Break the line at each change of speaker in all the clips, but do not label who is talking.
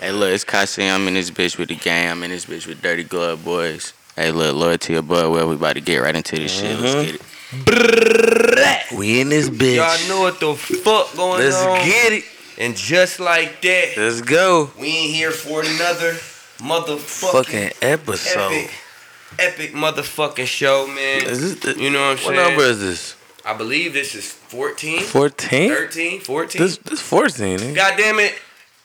Hey, look, it's Kasi. I'm in this bitch with the gang. I'm in this bitch with Dirty Glove Boys. Hey, look, loyalty above. Well, we about to get right into this shit.
Mm-hmm.
Let's get it.
We in this bitch.
Y'all know what the fuck going
Let's
on.
get it.
and just like that,
Let's go.
we ain't here for another motherfucking
Fucking episode.
epic, epic motherfucking show, man.
Is this the,
you know what I'm
what
saying?
number is this?
I believe this is 14,
14?
13, 14.
This this 14. nigga.
God damn it.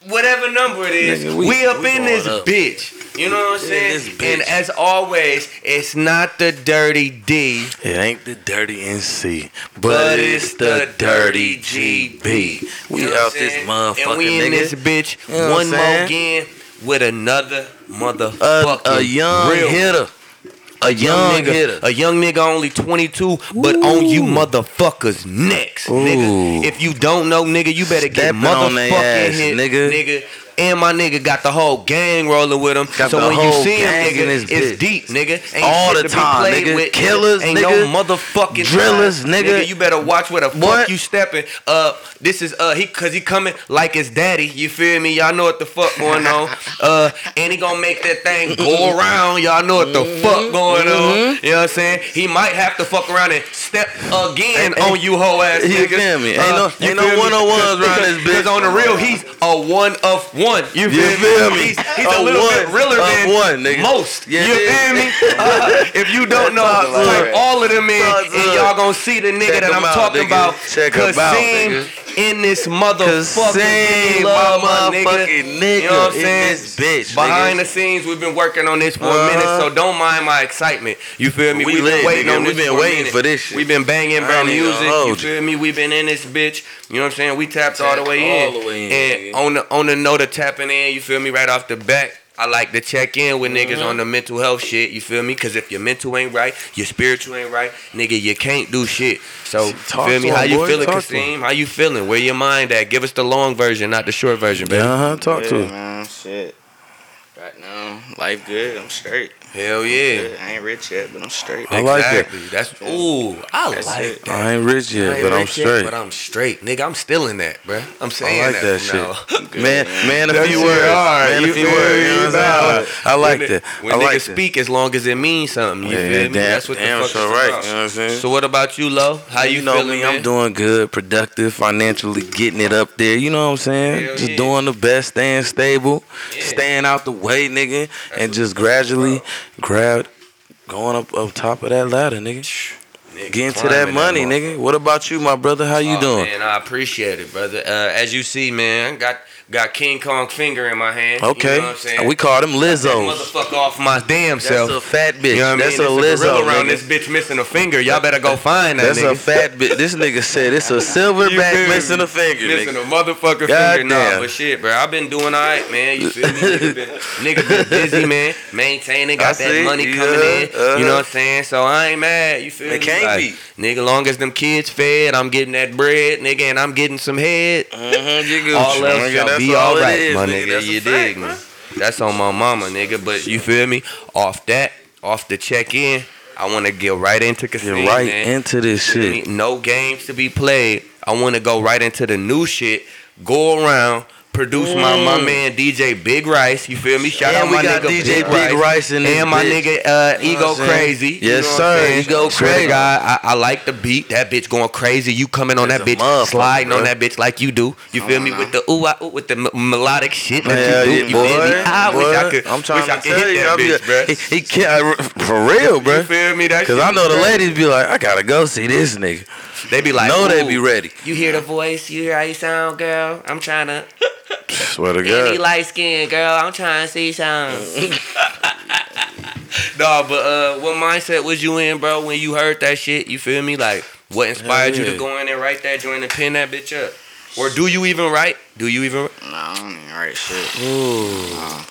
Whatever number it is,
Nigga, we-
we, up
we
in this
going up.
bitch. You know what I'm
We in
saying?
this bitch.
And as always, it's not the dirty D.
It ain't the dirty NC, but,
But
it's the dirty GB. We
You know what
out
I'm
this
saying?
motherfucker,
And we in
nigga.
this bitch
You know what
one
I'm
more
saying?
again with another
a,
motherfucker.
a young
real
hitter. A young,
young nigga.
hitter.
A young nigga only 22, but on you motherfuckers next, nigga.
Ooh.
If you don't know, nigga, you better get
Stepping on they
motherfucking
ass,
hit,
nigga.
nigga. And my nigga got the whole gang rolling with him.
Got
so
the
when
whole
you see him,
gang in
nigga,
this
it's
bitch.
deep, nigga. Ain't
All
shit
the
to be
time,
played
nigga.
With,
Killers,
Ain't
nigga.
no motherfucking
Drillers,
time.
nigga.
You better watch where the fuck
What?
you stepping. Uh, this is uh, he cause he coming like his daddy. You feel me? Y'all know what the fuck going on. Uh, and he gonna make that thing go around. Y'all know what the fuck going on. You know what I'm saying? He might have to fuck around and step again
Ain't-
on you hoe ass
You
niggas.
uh, feel me? Ain't no-
Uh, you
ain't no
feel me?
101s around this bitch.
Cause on the real, he's a one of one. You feel,
You feel me?
He's, he's a,
A
little bit
one
realer
of
than
one, nigga.
most.
Yeah,
you
yeah.
feel me? Uh, if you don't know how to
Something like
type
that.
all of them in,
Something.
and y'all gonna see the nigga
Check
that I'm
him out,
talking
nigga.
about.
Check him
Kasim
out, nigga.
in this motherfucking
Same
we love, my
motherfucking
nigga.
nigga.
You know what I'm
in
saying?
This bitch.
Behind
nigga.
the scenes, we've been working on this for a
Uh-huh.
minute, so don't mind my excitement. You feel me?
We lit, nigga. We been
a
waiting
minute.
for this shit.
We've been banging
I
bro
ain't even
music.
gonna
You
hold you.
feel me? We've been in this bitch. You know what I'm saying? We tapped all the way in.
all the way in,
And
nigga.
on the on the note of tapping in, you feel me? Right off the bat. I like to check in with
Mm-hmm.
niggas on the mental health shit, you feel me? Cause if your mental ain't right, your spiritual ain't right, nigga, you can't do shit. So, you
Talk
feel
to
me?
him,
How you
boy.
feeling,
Talk to him.
Kasim? How you feeling? Where your mind at? Give us the long version, not the short version, baby.
Uh huh. Talk
yeah,
to him.
man. Shit. Right now, life good. I'm straight.
Hell yeah.
I ain't rich yet, but I'm straight.
I like that.
exactly. That's ooh, I
That's
like
it.
that.
I ain't rich
I
yet,
ain't
but I'm
rich yet,
straight.
But I'm straight, nigga. I'm still in that, bruh. I'm saying
I like that
from now on.
shit. Man, man, a
That's
few
it.
words.
Alright,
Man,
you
a few
feel
words.
me?
You know what I'm saying? I like
When
that.
niggas- When
I like
niggas
that.
speak, as long as it means something, you
Yeah,
feel me?
damn-
That's what
damn
the fuck
sure
it's
right,
about.
you know what I'm saying?
So what about you, Lo? How you,
you know
feeling?
me?
man?
I'm doing good, productive, financially getting it up there. You know what I'm saying?
Hell
just
yeah.
doing the best, staying stable,
Yeah.
staying out the way, nigga, and just gradually grab going up up top of that ladder, nigga.
Nigga,
Getting to that
climbing
money,
motherfucker.
nigga. What about you, my brother? How you
Oh,
doing?
Man, I appreciate it, brother. Uh, as you see, man, got got King Kong finger in my hand.
Okay.
you know what I'm saying?
we call them Lizzo's.
motherfucker off my damn
That's
self.
a fat bitch.
You know what
That's
I
a
mean? It's gorilla
Lizzo.
around
nigga.
this bitch missing a finger. Y'all better go find that
That's
nigga.
a fat bitch. This nigga said it's a
feel me?
silverback missing a finger,
Missing
nigga.
a motherfucking
God
finger, nah,
damn.
but shit, bro. I've been doing all right, man. You feel me? Nigga been, nigga been busy, man. Maintaining, got
I
that
see.
money
Yeah,
coming in. You know
uh-huh.
what I'm saying? So I ain't mad. You feel
It
me?
can't
Like, Nigga, long as them kids fed, I'm getting that bread, nigga, and I'm getting some head. Uh-huh,
Mhm, you Gucci,
All else
nigga.
shall
That's
be
all
all
it
right,
is,
my
nigga.
nigga.
That's a
You
fact,
dig me?
man.
That's on my mama, nigga. But you feel me? Off that, off the check in, I want to get right into
Get
casino.
right
man.
into this
I
shit.
mean, No games to be played. I want to go right into the new shit. Go around, produce my my man DJ Big Rice. You feel me? Shout
Mm. And
out
we
my
got
nigga
DJ Big Rice in this
and my
bitch.
nigga uh,
You know what
Ego
I'm saying?
Crazy. You
Yes,
know what
sir.
I'm saying?
Ego
Swear to
Crazy.
God, I, I like the beat. That bitch going crazy. You coming on
That's
that
a
bitch,
motherfucker,
sliding on
bro.
that bitch like you do. You feel me? With the ooh, ah, ooh with the m- melodic shit that
Hell
you do.
yeah,
you feel me?
boy.
I wish I
Boy,
could.
I'm trying
wish I
to
could
tell
hit
you,
that
I'm
bitch, bruh.
just- he, he can't I- for real,
You
bro.
feel me? That
Cause
shit
I know
is
the
crazy.
ladies be like, I gotta go see this nigga.
They be like,
know they
"Ooh,
be ready.
You hear the voice, you hear how you sound, girl. I'm trying to
Swear to
any
God.
light skin, girl. I'm trying to see some. nah, but uh, what mindset was you in, bro, when you heard that shit? You feel me? Like, what inspired you to
yeah.
go in and write that joint and pin that bitch up? Or do you even write? Do you even?
Nah, I don't even write shit.
Ooh,
Nah.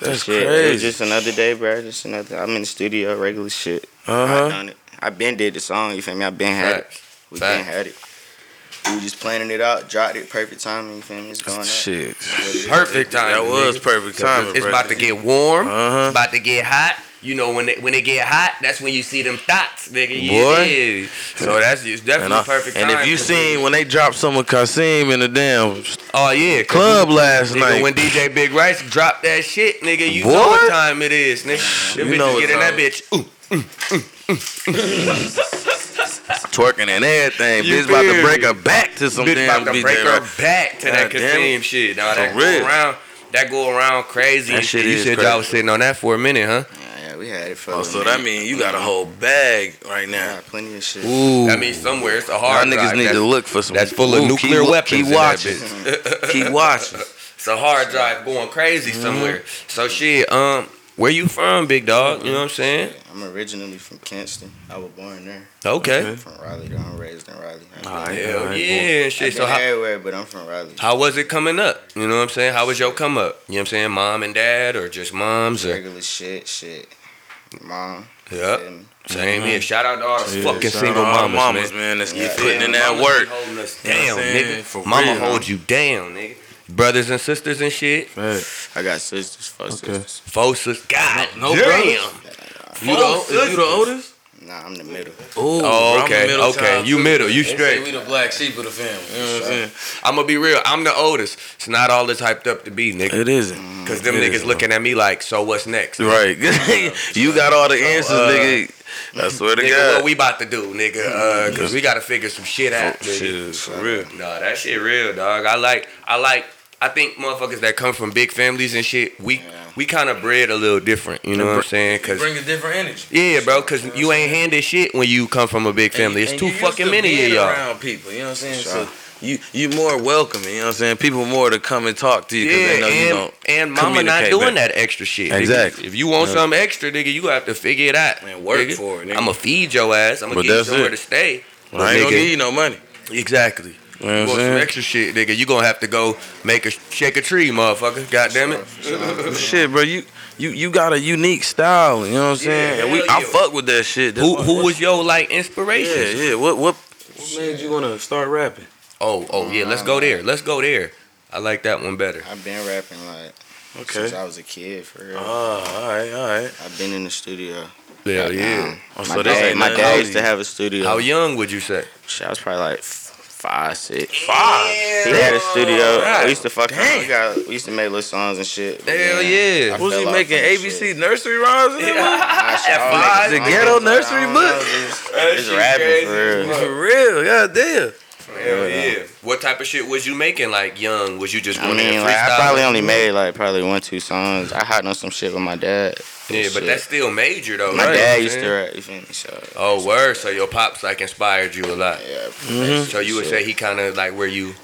that's
shit. It was
crazy.
just another day, bro. Just another. I'm in the studio, regular shit.
Uh
I
huh.
done it. I been did the song. You feel me? I been had it.
Facts.
We
Facts.
been had it. We just planning it out. Dropped it. Perfect timing. You feel me? It's going up.
Shit.
What it is.
Perfect time.
That was perfect timing.
It's
bro.
about to get warm.
Uh-huh.
About to get hot. you know when they, when it get hot, that's when you see them thoughts, nigga. Yeah,
Boy.
yeah. So that's it's definitely
And, I-
perfect.
and if
time
you
for
seen when they dropped some of Kasim in the damn
oh yeah, 'cause
club last
Nigga,
night,
when DJ Big Rice dropped that shit, nigga, you
Boy.
know what time it is, nigga. Them
You
bitches
know what
get in that
time.
bitch. Ooh,
twerking and everything,
You
bitch about
feel
to break
me?
her back to some
bitch
damn
about to
DJ
break her
right
back to that
God damn it.
Kasim shit. Nah, that
For
go
real.
around, that go around crazy.
That
and
shit
You
is
said
crazy.
y'all was sitting on that for a minute, huh?
Yeah, we had it for.
Oh,
a
so
minute.
that mean you got a whole bag right now.
Yeah, plenty of shit.
Ooh,
I mean, somewhere it's a
y'all
hard
niggas
drive.
need
That's-
to look for some.
that's full of
Ooh,
nuclear
keep,
weapons in
Keep
that
watching. keep watching.
It's a hard drive going crazy
Mm-hmm.
somewhere. So shit, um, where you from, big dog? You know what I'm saying?
I'm originally from Kinston. I was born there.
Okay.
From Raleigh, though. I'm raised in Raleigh. I've been-
All right.
Hell
boy.
yeah, and
I've
shit.
been
So how,
everywhere, but I'm from Raleigh.
how was it coming up? You know what I'm saying? How was your come up? You know what I'm saying? Mom and dad, or just moms, or
Regular shit, shit. Mom.
Yup.
feel me?
Same here. Shout out to all the
Mm-hmm. Yeah,
fucking
shout
single
out all
mamas,
mamas,
man.
man. That's
Yeah.
keep putting in
Yeah,
that
mamas
work.
be holding us
You know
down,
what I'm saying?
nigga.
For
Mama
real.
hold you down, nigga. Brothers and sisters and shit.
I got sisters, four sisters.
Four sisters. God,
No- no
damn.
You the,
Four
is you the oldest?
Nah, I'm the middle.
Ooh, I'm
Oh,
the
okay,
middle
okay.
child,
You
too.
middle, you
They say
straight.
We the black sheep of the family. You know what I'm saying?
I'm gonna be real. I'm the oldest. It's not all it's hyped up to be, nigga.
It isn't.
Cause them
It
niggas
isn't.
looking at me like, so what's next?
Right. you got all the answers,
uh,
nigga. I swear to
Nigga,
God.
what we about to do, nigga? Uh, Cause we gotta figure some shit out.
Oh, shit
nigga.
is for real.
Nah, that shit real, dog. I like, I like, I think motherfuckers that come from big families and shit, we we kind of bred a little different. You know what I'm saying? Cause
Bring a different energy.
yeah, bro. Cause you ain't handed shit when you come from a big family. It's
And
too
you used
fucking
to
many of
being
y'all.
Around people, you know what I'm saying?
Sure.
So you you more welcoming, you know what I'm saying? People more to come and talk to you
Yeah,
because they know you
and,
don't.
and mama not
communicate
doing
back.
that extra shit. nigga.
Exactly.
If you want
Yeah.
something extra, nigga, you have to figure it out.
And work
nigga.
for it, nigga.
I'ma feed your ass. I'ma
But
give you
that's
somewhere
it.
to stay.
I ain't gonna
Nigga.
give you no money.
Exactly.
You know
You
what
want some
I'm
extra shit, nigga? You gonna have to go make a shake a tree, motherfucker. God damn it.
saying? Shit, bro, you you you got a unique style, you know what I'm saying?
Yeah,
and we
hell
I
yeah.
fuck with that shit. That's
Who
why-
who was your like inspiration?
Yeah, yeah. What what what made you wanna start rapping?
Oh oh yeah. Let's go there. Let's go there. I like that one better.
I've been rapping like since
Okay.
I was a kid, for real.
Oh, all right, all right.
I've been in the studio.
Yeah
Um,
Oh,
my
so this
dad,
ain't
my
nothing
dad
new
used
to
to
you.
have a studio.
How young would you say?
Shit, I was probably like f- five, six.
Five.
He had a studio.
Right.
We used to fuck.
Damn.
We, got, we used to make little songs and shit. but
Hell
then
yeah.
I
Was
fell
he
off
making
from the
ABC
shit.
nursery rhymes? and what?
I shit, I was
five?
making
The
songs,
ghetto
I don't
nursery
know,
book?
Just,
That
just
shit
rapping
crazy
for
as
real.
fuck.
For real, goddamn.
Hell yeah. What type of shit was you making like young? Was you just
I
going there
mean,
and
like, I
freestyling?
probably only made like probably one, two songs. I hopped on some shit with my dad. and
Yeah, but
shit.
that's still major though.
my
right?
dad used to
Man.
rap. You feel me? So
Oh word. So your pops like inspired you a lot.
yeah.
So you would say he kind of like where you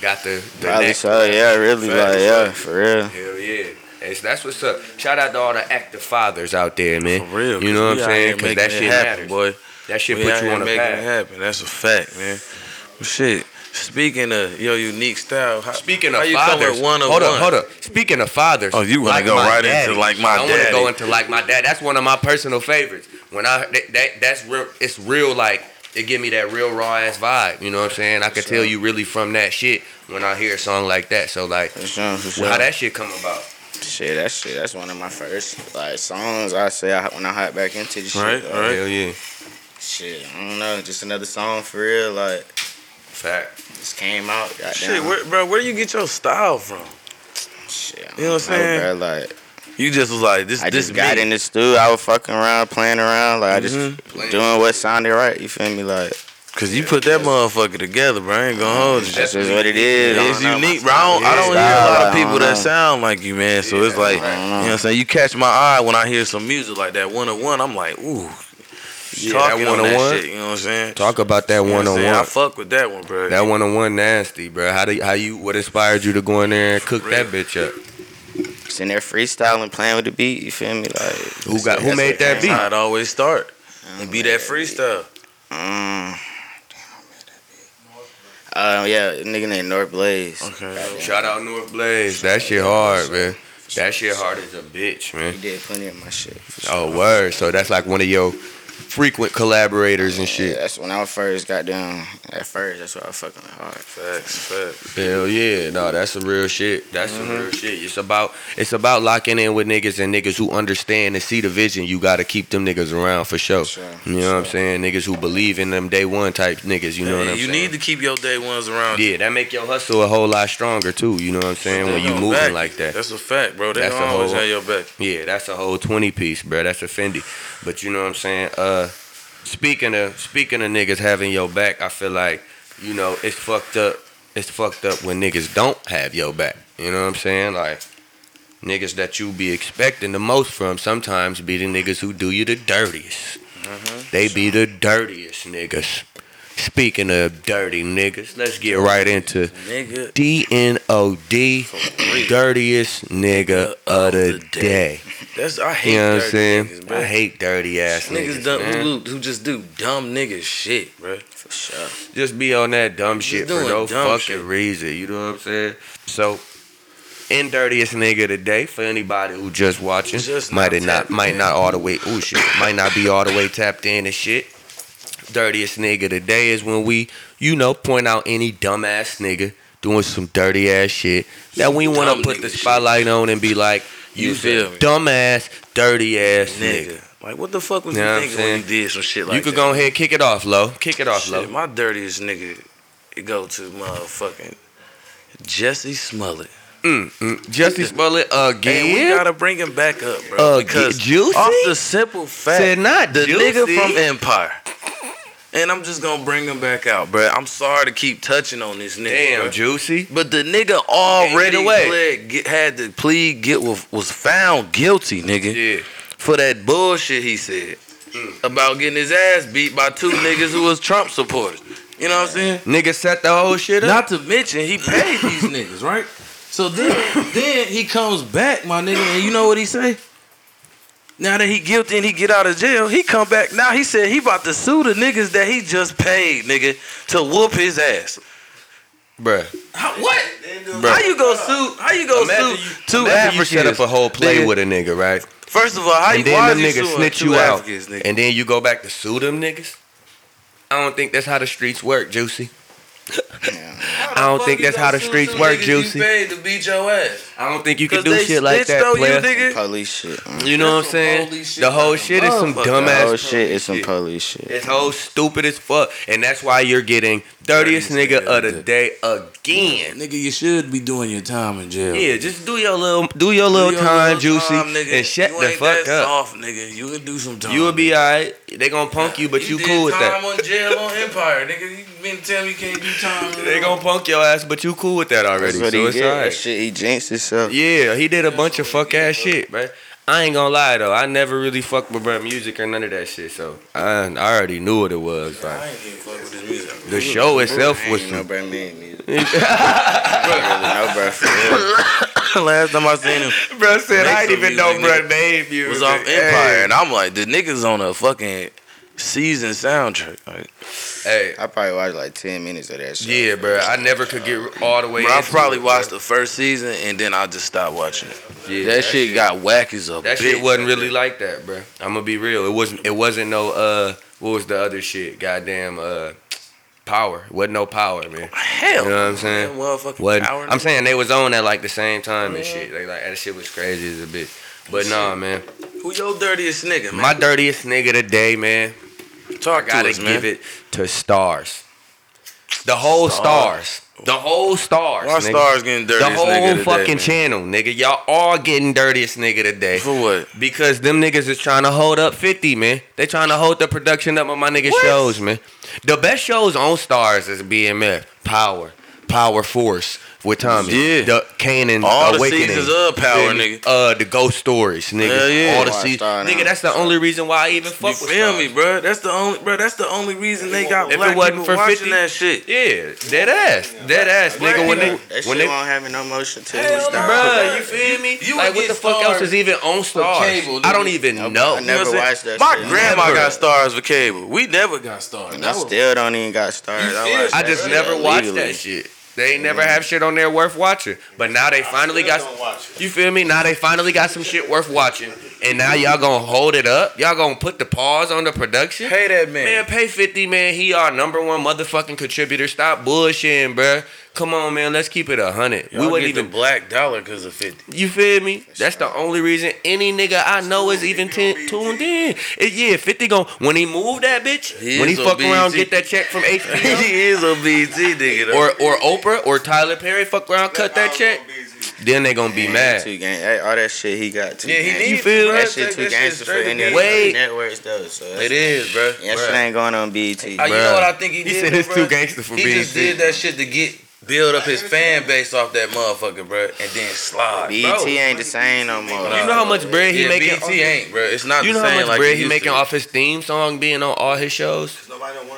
got the the
Probably
neck.
so. Yeah, really.
Facts.
Like yeah, for real.
Hell yeah. Hey, so that's what's up. Shout out to all the active fathers out there, man.
For real.
You know what I'm
we out
saying?
here
Because
making
that
it
shit
happen,
matters.
boy.
That shit
we
put
out
you
here
on a
making it
path.
happen. That's a fact, man. Well, shit. Speaking of your unique style, how,
Speaking
how
of
you come
fathers,
with one of
hold
one?
up, hold up. Speaking of fathers,
Oh, you wanna go
my
right into Like My
I want to
Daddy.
go into like my dad. That's one of my personal favorites. When I that, that that's real. It's real. Like it give me that real raw ass vibe. You know what I'm saying? I could tell you really from that shit when I hear a song like that. So like,
For sure. For sure.
how that shit come about?
Shit, that shit, that's one of my first like songs. I say I, when I hop back into the shit.
Right,
like,
right.
Hell yeah,
Shit, I don't know, just another song for real. Like
fact.
just came out. Goddamn.
Shit, where, bro, where do you get your style from?
Shit, I
You know what I'm
don't
saying?
Bro, like
You just was like this.
I
this
just got
me.
in the studio. I was fucking around, playing around. Like I
Mm-hmm.
Playing.
just doing what sounded right. You feel me? Like
cause you put that motherfucker together, bro. I ain't gonna hold you.
that's just what it is. I
It's
don't know, my
unique, bro. I don't, I
style,
don't hear a lot
like,
of
I
people
don't
that
know.
sound like you, man. So it's like, you know
I don't know.
what I'm saying? You catch my eye when I hear some music like that one on one. I'm like, ooh,
Yeah, that
talking on that
one-on-one.
shit. You know what I'm saying?
Talk about that
You know what
one
I'm
on
saying? I
one.
fuck with that one, bro.
That one on one nasty, bro. How do you, how you what inspired you to go in there and cook that bitch up?
Just in there freestyling, playing with the beat. You feel me? Like
Who got who
that's
made
what came
that
That's
beat?
how it always start.
out.
It be that freestyle.
Mm. Uh, yeah, a nigga named North Blaze.
Okay.
Shout out North Blaze. That shit hard, man. That shit hard as a bitch, man.
He did plenty of my shit. for sure.
Oh word. So that's like one of your frequent collaborators and
Yeah,
shit.
that's when I first got down. At first, that's why I fucking hard.
Facts, facts.
Hell yeah, no, that's some real shit. That's some real shit. It's about it's about locking in with niggas and niggas who understand and see the vision. You gotta keep them niggas around for sure.
Sure,
you know what I'm saying? Niggas who believe in them day one type niggas. You know what I'm
you
saying?
need to keep your day ones around. you.
yeah, that make your hustle a whole lot stronger too. You know what I'm saying?
They
When you
don't
moving
back
like
you.
that.
That's a fact, bro. They
That's
don't
a
always
whole-
have your back.
Yeah, that's a whole twenty piece, bro. That's a Fendi. But you know what I'm saying? Uh, speaking of speaking of niggas having your back, I feel like you know it's fucked up. It's fucked up when niggas don't have your back. You know what I'm saying? Like niggas that you be expecting the most from sometimes be the niggas who do you the dirtiest. They be the dirtiest niggas. Speaking of dirty niggas, let's get right into
Nigga.
D N O D,
real.
dirtiest nigga of the day.
That's I hate
You know what I'm
dirty
saying?
niggas, bro.
I hate dirty ass niggas.
Niggas dumb,
man.
who, who just do dumb nigga shit, bro. For sure.
Just be on that dumb shit for
doing
no
dumb
fucking
shit.
reason. You know what I'm saying? So, in dirtiest nigga today, for anybody who just watching,
Just not
might it not
tapped
might
in.
not all the way. Oh shit, might not be all the way tapped in and shit. Dirtiest nigga today is when we, you know, point out any dumbass nigga doing some dirty ass shit that we want to
Dumb
put
nigga
the
shit.
spotlight on and be like,
You
you
feel
said
me?
dumbass, dirty ass nigga.
Nigga. Like what the fuck was
Know what I'm
you thinking
saying?
when you did some shit like
you could
that?
go ahead, kick it off, low. Kick it off,
Shit,
low.
my dirtiest nigga it go to motherfucking Jesse Smollett.
Mm, mm. Justin Smollett
And we
again.
gotta bring him back up, bro.
Uh,
because
get juicy?
off the simple fact,
Said not
the
juicy.
nigga from Empire. And I'm just gonna bring him back out, bro. I'm sorry to keep touching on this nigga,
Damn,
bruh.
juicy.
but the nigga
Ain't
already
get away.
pled, get, had to plead guilt was, was found guilty, nigga,
Yeah.
for that bullshit he said about getting his ass beat by two niggas who was Trump supporters. You know what I'm saying?
Nigga set the whole shit up.
Not to mention he paid these niggas, right? So then then he comes back, my nigga, and you know what he say? Now that he guilty and he get out of jail, he come back. Now he said he about to sue the niggas that he just paid, nigga, to whoop his ass.
Bruh.
How, what?
Bruh.
How you gonna sue? How you gonna
Imagine
sue
you-
two
Imagine you
Africans?
set up a whole play
nigga?
with a nigga, right?
First of all, how you
And
why
then them
is you
niggas
suing
snitch
two
you out.
Africans, nigga?
And then you go back to sue them niggas? I don't think that's how the streets work, Juicy. I don't think that's how the streets work, Juicy.
You paid to beat your ass.
I don't think you
Cause
can do
they
shit like
snitched
that,
on you,
player.
nigga.
Police shit. mm.
You know what I'm
That's some
saying?
police shit
The whole
like a
shit is some
motherfucker.
The
dumbass
whole Oh, shit is some
shit.
police shit.
It's whole stupid as fuck, and that's why you're getting dirtiest nigga of the day again.
Nigga, you should be doing your time in jail.
Yeah, just do your little, do your little time, juicy,
nigga.
and shut
you
the
ain't
fuck up.
that Soft, nigga. You can do some time.
You'll be alright. They gonna punk you, but you, cool with
I'm
that.
on jail on Empire, nigga. You been telling me you can't do time.
They gonna punk your ass, but you cool with that already.
That's what
So
he
it's
did. That
alright.
shit, he jinxed himself.
Yeah, he did a bunch of fuck ass shit, man. I ain't gonna lie though, I never really fucked with rap music or none of that shit. So I, I already knew what it was. Like
I ain't even fuck with this music.
the show itself was
no bro, me and me. I don't really know, bro, for real.
Last time I seen him
Bro said I
Make
didn't
some
even know
music,
bro name you.
was off Empire, and I'm like, the niggas on a fucking season soundtrack. Like,
Hey,
I probably watched like 10 minutes of that shit.
yeah, bro. I never could get all the way.
bro, I
into
probably
it,
watched the first season and then I just stopped watching it.
Bro. Yeah,
that, shit, got whack as a
That
bitch.
shit wasn't really like that, bro. I'm gonna be real. It wasn't. It wasn't no. Uh, what was the other shit? Goddamn. Uh, power. Wasn't no power, man.
hell.
You know what I'm saying?
That motherfucking
Wasn't,
power
I'm saying they was on at like the same time and shit. They like that shit was crazy as a bitch. But nah, man.
Who your dirtiest nigga, man?
My dirtiest nigga today, man. I
Talk to
gotta
us, man.
give it to stars. The whole stars. The whole stars.
Why
nigga.
stars getting dirty?
The whole
nigga
fucking
today,
channel, nigga. Y'all all getting dirtiest nigga today.
man? for what?
Because them niggas is trying to hold up 50, man. They trying to hold the production up on my nigga shows, man. The best shows on Stars is BMF, Power, Power Force with Tommy.
Yeah.
The Canaan
All the
Awakening.
seasons of Power,
Feel me?
nigga.
Uh, the Ghost Stories, nigga.
Hell yeah.
All the
Watch
seasons.
Star now.
Nigga, that's the only reason why I even fuck
you
with
feel
Stars.
me, bro? That's the only, bro. That's the only reason they got
If it
black
wasn't
people
for
watching
50
that shit.
Yeah, dead ass, dead ass, nigga. When they,
That shit
when they,
won't have no motion to
Hell
it. Stop.
bruh, you feel me?
You
like,
would
what
get
the fuck
Stars
else is even on Stars?
cable,
I don't
nigga.
even
Nope,
know.
I never
You know what I'm
watched
saying?
that
My
shit.
grandma
Never.
got stars for cable. We never got stars.
And I still don't even got started.
You feel
I, watched
me?
I
that
just
shit
never watched
illegally.
that shit. They ain't never have shit on there worth watching. But now they finally got.
don't watch
You feel me? Now they finally got some shit worth watching. And now y'all gonna hold it up? Y'all gonna put the pause on the production?
Pay that man.
Man, pay 50, man. He our number one motherfucking contributor. Stop bullshitting, bruh. Come on, man. Let's keep it a 100. We
Y'all
wouldn't
get the
even.
black dollar because of fifty.
You feel me? That's the only reason any nigga I know is even ten, tuned in. It, yeah, 50 gon' when he move that bitch,
He
when he
is
fuck
on
around,
BET.
get that check from HBO
he is a BT nigga. Though.
or or Oprah or Tyler Perry, fuck around, cut that check. Then they gonna be mad.
Two gang, hey, all that shit he got. Two
Yeah, he
gang.
did.
You feel
That
that?
shit too gangster for any
the Wait.
networks though. So that's-
It is, bro.
That shit ain't going on BT.
Uh, you
Bruh.
know what I think he
He
did?
said
though,
it's too
bruh?
gangster for
He
being
just did that shit to get build up his fan base off that motherfucker, bro, and then slide.
BT E ain't the same no more.
You know how much bread he
yeah,
making?
BT ain't, bro. It's not
You
the
know how
same
much
like it
bread he
used
making
to.
off his theme song being on all his shows?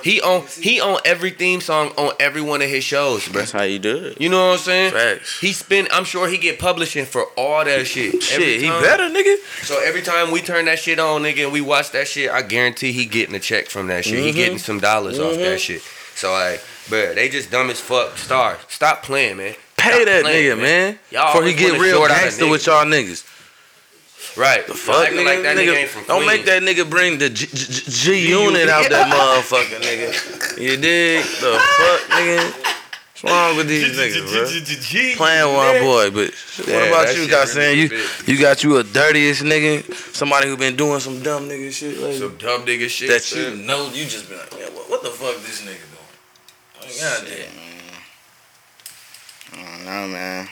He on he on every theme song on every one of his shows, bro.
That's how you do it.
You know what I'm saying?
Facts.
He spend. I'm sure he get publishing for all that shit. Every
Shit, he
time-
better, nigga.
So every time we turn that shit on, nigga, and we watch that shit, I guarantee he getting a check from that shit.
Mm-hmm.
He getting some dollars off that shit. So like, bruh, they just dumb as fuck. Star, stop playing, man.
Pay
Stop
that
playing,
nigga, man.
Y'all
Before he
always
get
wanna
real
short out a
gangster
nigga.
with y'all niggas.
Right. The
Fuck, nigga.
Like that nigga, ain't from
don't make
Queens.
that nigga bring the G, G, G unit out that motherfucker, nigga. You dig? The fuck, nigga? What's wrong with these niggas, bro? Playing one boy, but
Yeah,
what about
that
you,
shit
guys? Saying
really
you, you got you a dirtiest nigga, somebody who been doing some dumb nigga shit lately.
Some dumb nigga shit.
that
son.
you know, you just been like, man, what, what the fuck this nigga doing? Like, God damn.
I don't know, Mm, man.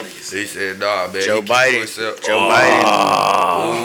He said, nah, man.
Joe
he keep
Biden.
himself-
Joe
Oh,
Biden.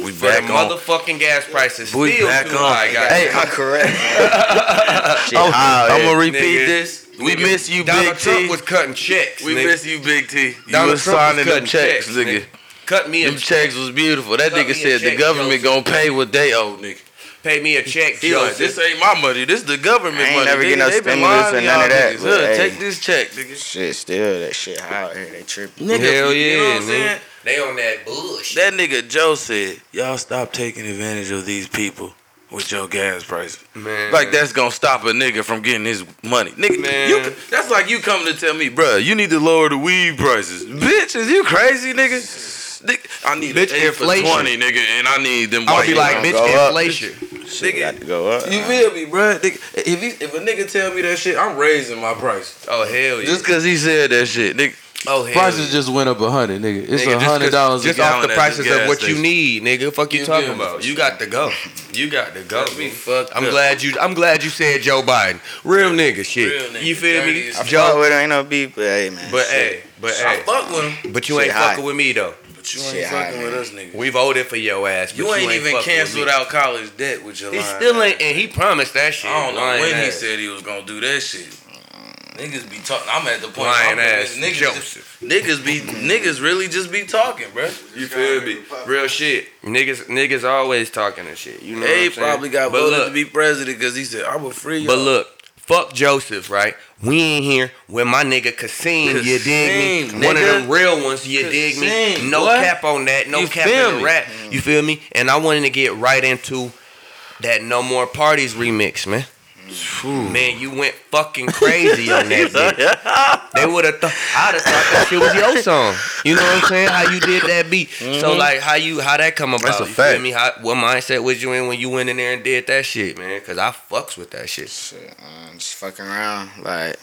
Ooh, we
back on.
back Oh. Motherfucking gas prices.
We
still
back
too
on.
high, guys.
Hey,
I'm correct. Shit,
I'm,
high, yeah.
gonna repeat
nigga.
this. We
Nigga,
miss you,
Donald
Big
Trump
T.
was cutting checks.
we
nigga.
miss you, Big T. You
Donald
was
Trump was
signing them
cutting
checks,
checks,
nigga.
nigga. Cut me a
Them checks was beautiful. That
Cut
nigga
me a
said the
check,
government
Joseph.
gonna pay what they owe, nigga.
pay me a check,
He like, this
Joseph.
ain't my money. This the government
I ain't
money.
never
nigga.
get no
They been
stimulus
lying
or
to
none
y'all
of that,
niggas.
but,
Look,
hey.
take this check, nigga.
Shit, still that shit high out here. They tripping.
Nigga,
Hell
you know
yeah,
what I'm saying?
nigga. They on that bullshit.
That nigga Joe said, y'all stop taking advantage of these people with your gas prices.
Man.
Like that's gonna stop a nigga from getting his money, nigga.
Man.
You, that's like you coming to tell me, bruh, you need to lower the weed prices, bitch. Is you crazy, nigga? Nigga, I need
Bitch,
an eight
inflation.
for twenty, nigga, and I need them.
I
white
would be like,
gonna
bitch,
go up.
inflation.
Shit
Nigga,
got to go up.
people." you feel me, bruh? Nigga, if he, if a nigga tell me that shit, I'm raising my price
Oh hell yeah.
just cause he said that shit, nigga.
oh hell.
Prices
yeah.
just went up a hundred, nigga. It's
Nigga,
a
just 'cause-
hundred dollars a
just
gallon
off the
at this
prices of
gas
what
station.
you need, nigga. Fuck you,
You
talking
feel me?
about? You got to go. You got to go.
We
nigga.
fucked
I'm
up.
glad you. I'm glad you said Joe Biden, real nigga shit.
Real nigga,
you feel
dirty
me,
as
I fuck
Joe?
with it, ain't no beef, but hey, man.
But
shit,
hey, but
I
hey,
fuck with him,
but you
Shit
ain't
hot.
fucking with me though.
but you
Shit
ain't
high,
fucking
man.
with us, nigga.
We voted for your ass. But
You ain't, even
fucking with
canceled
me.
out college debt with your
He
lying
still
ass.
ain't, and he promised that shit.
I don't know
Lying
when he
ass.
said he was gonna do that shit. Niggas be talking. I'm at the point.
Lying
I'm
ass
niggas,
Joseph.
niggas be niggas really just be talking, bro.
You feel me? Real shit. Niggas, niggas always talking and shit. You know
They
what I'm saying?
probably got
But
voted
look,
to be president because he said I will free you.
But look, fuck Joseph, right? We in here with my nigga Kasim, you dig me?
Kasim,
One of
nigga.
them real ones, you dig
Kasim,
me? No
what?
cap on that, no
You
cap
feel
in
me? Mm.
the rap. You feel me? And I wanted to get right into that No More Parties remix, man. Man, you went fucking crazy on that bitch. They would have thought I'd have thought that shit was your song. You know what I'm saying? How you did that beat. So like how you how that come about.
Mm-hmm. That's a
you feel
fact.
me? How, what mindset was you in when you went in there and did that shit, man? Cause I fucks with that shit.
Shit, um, just fucking around. Like,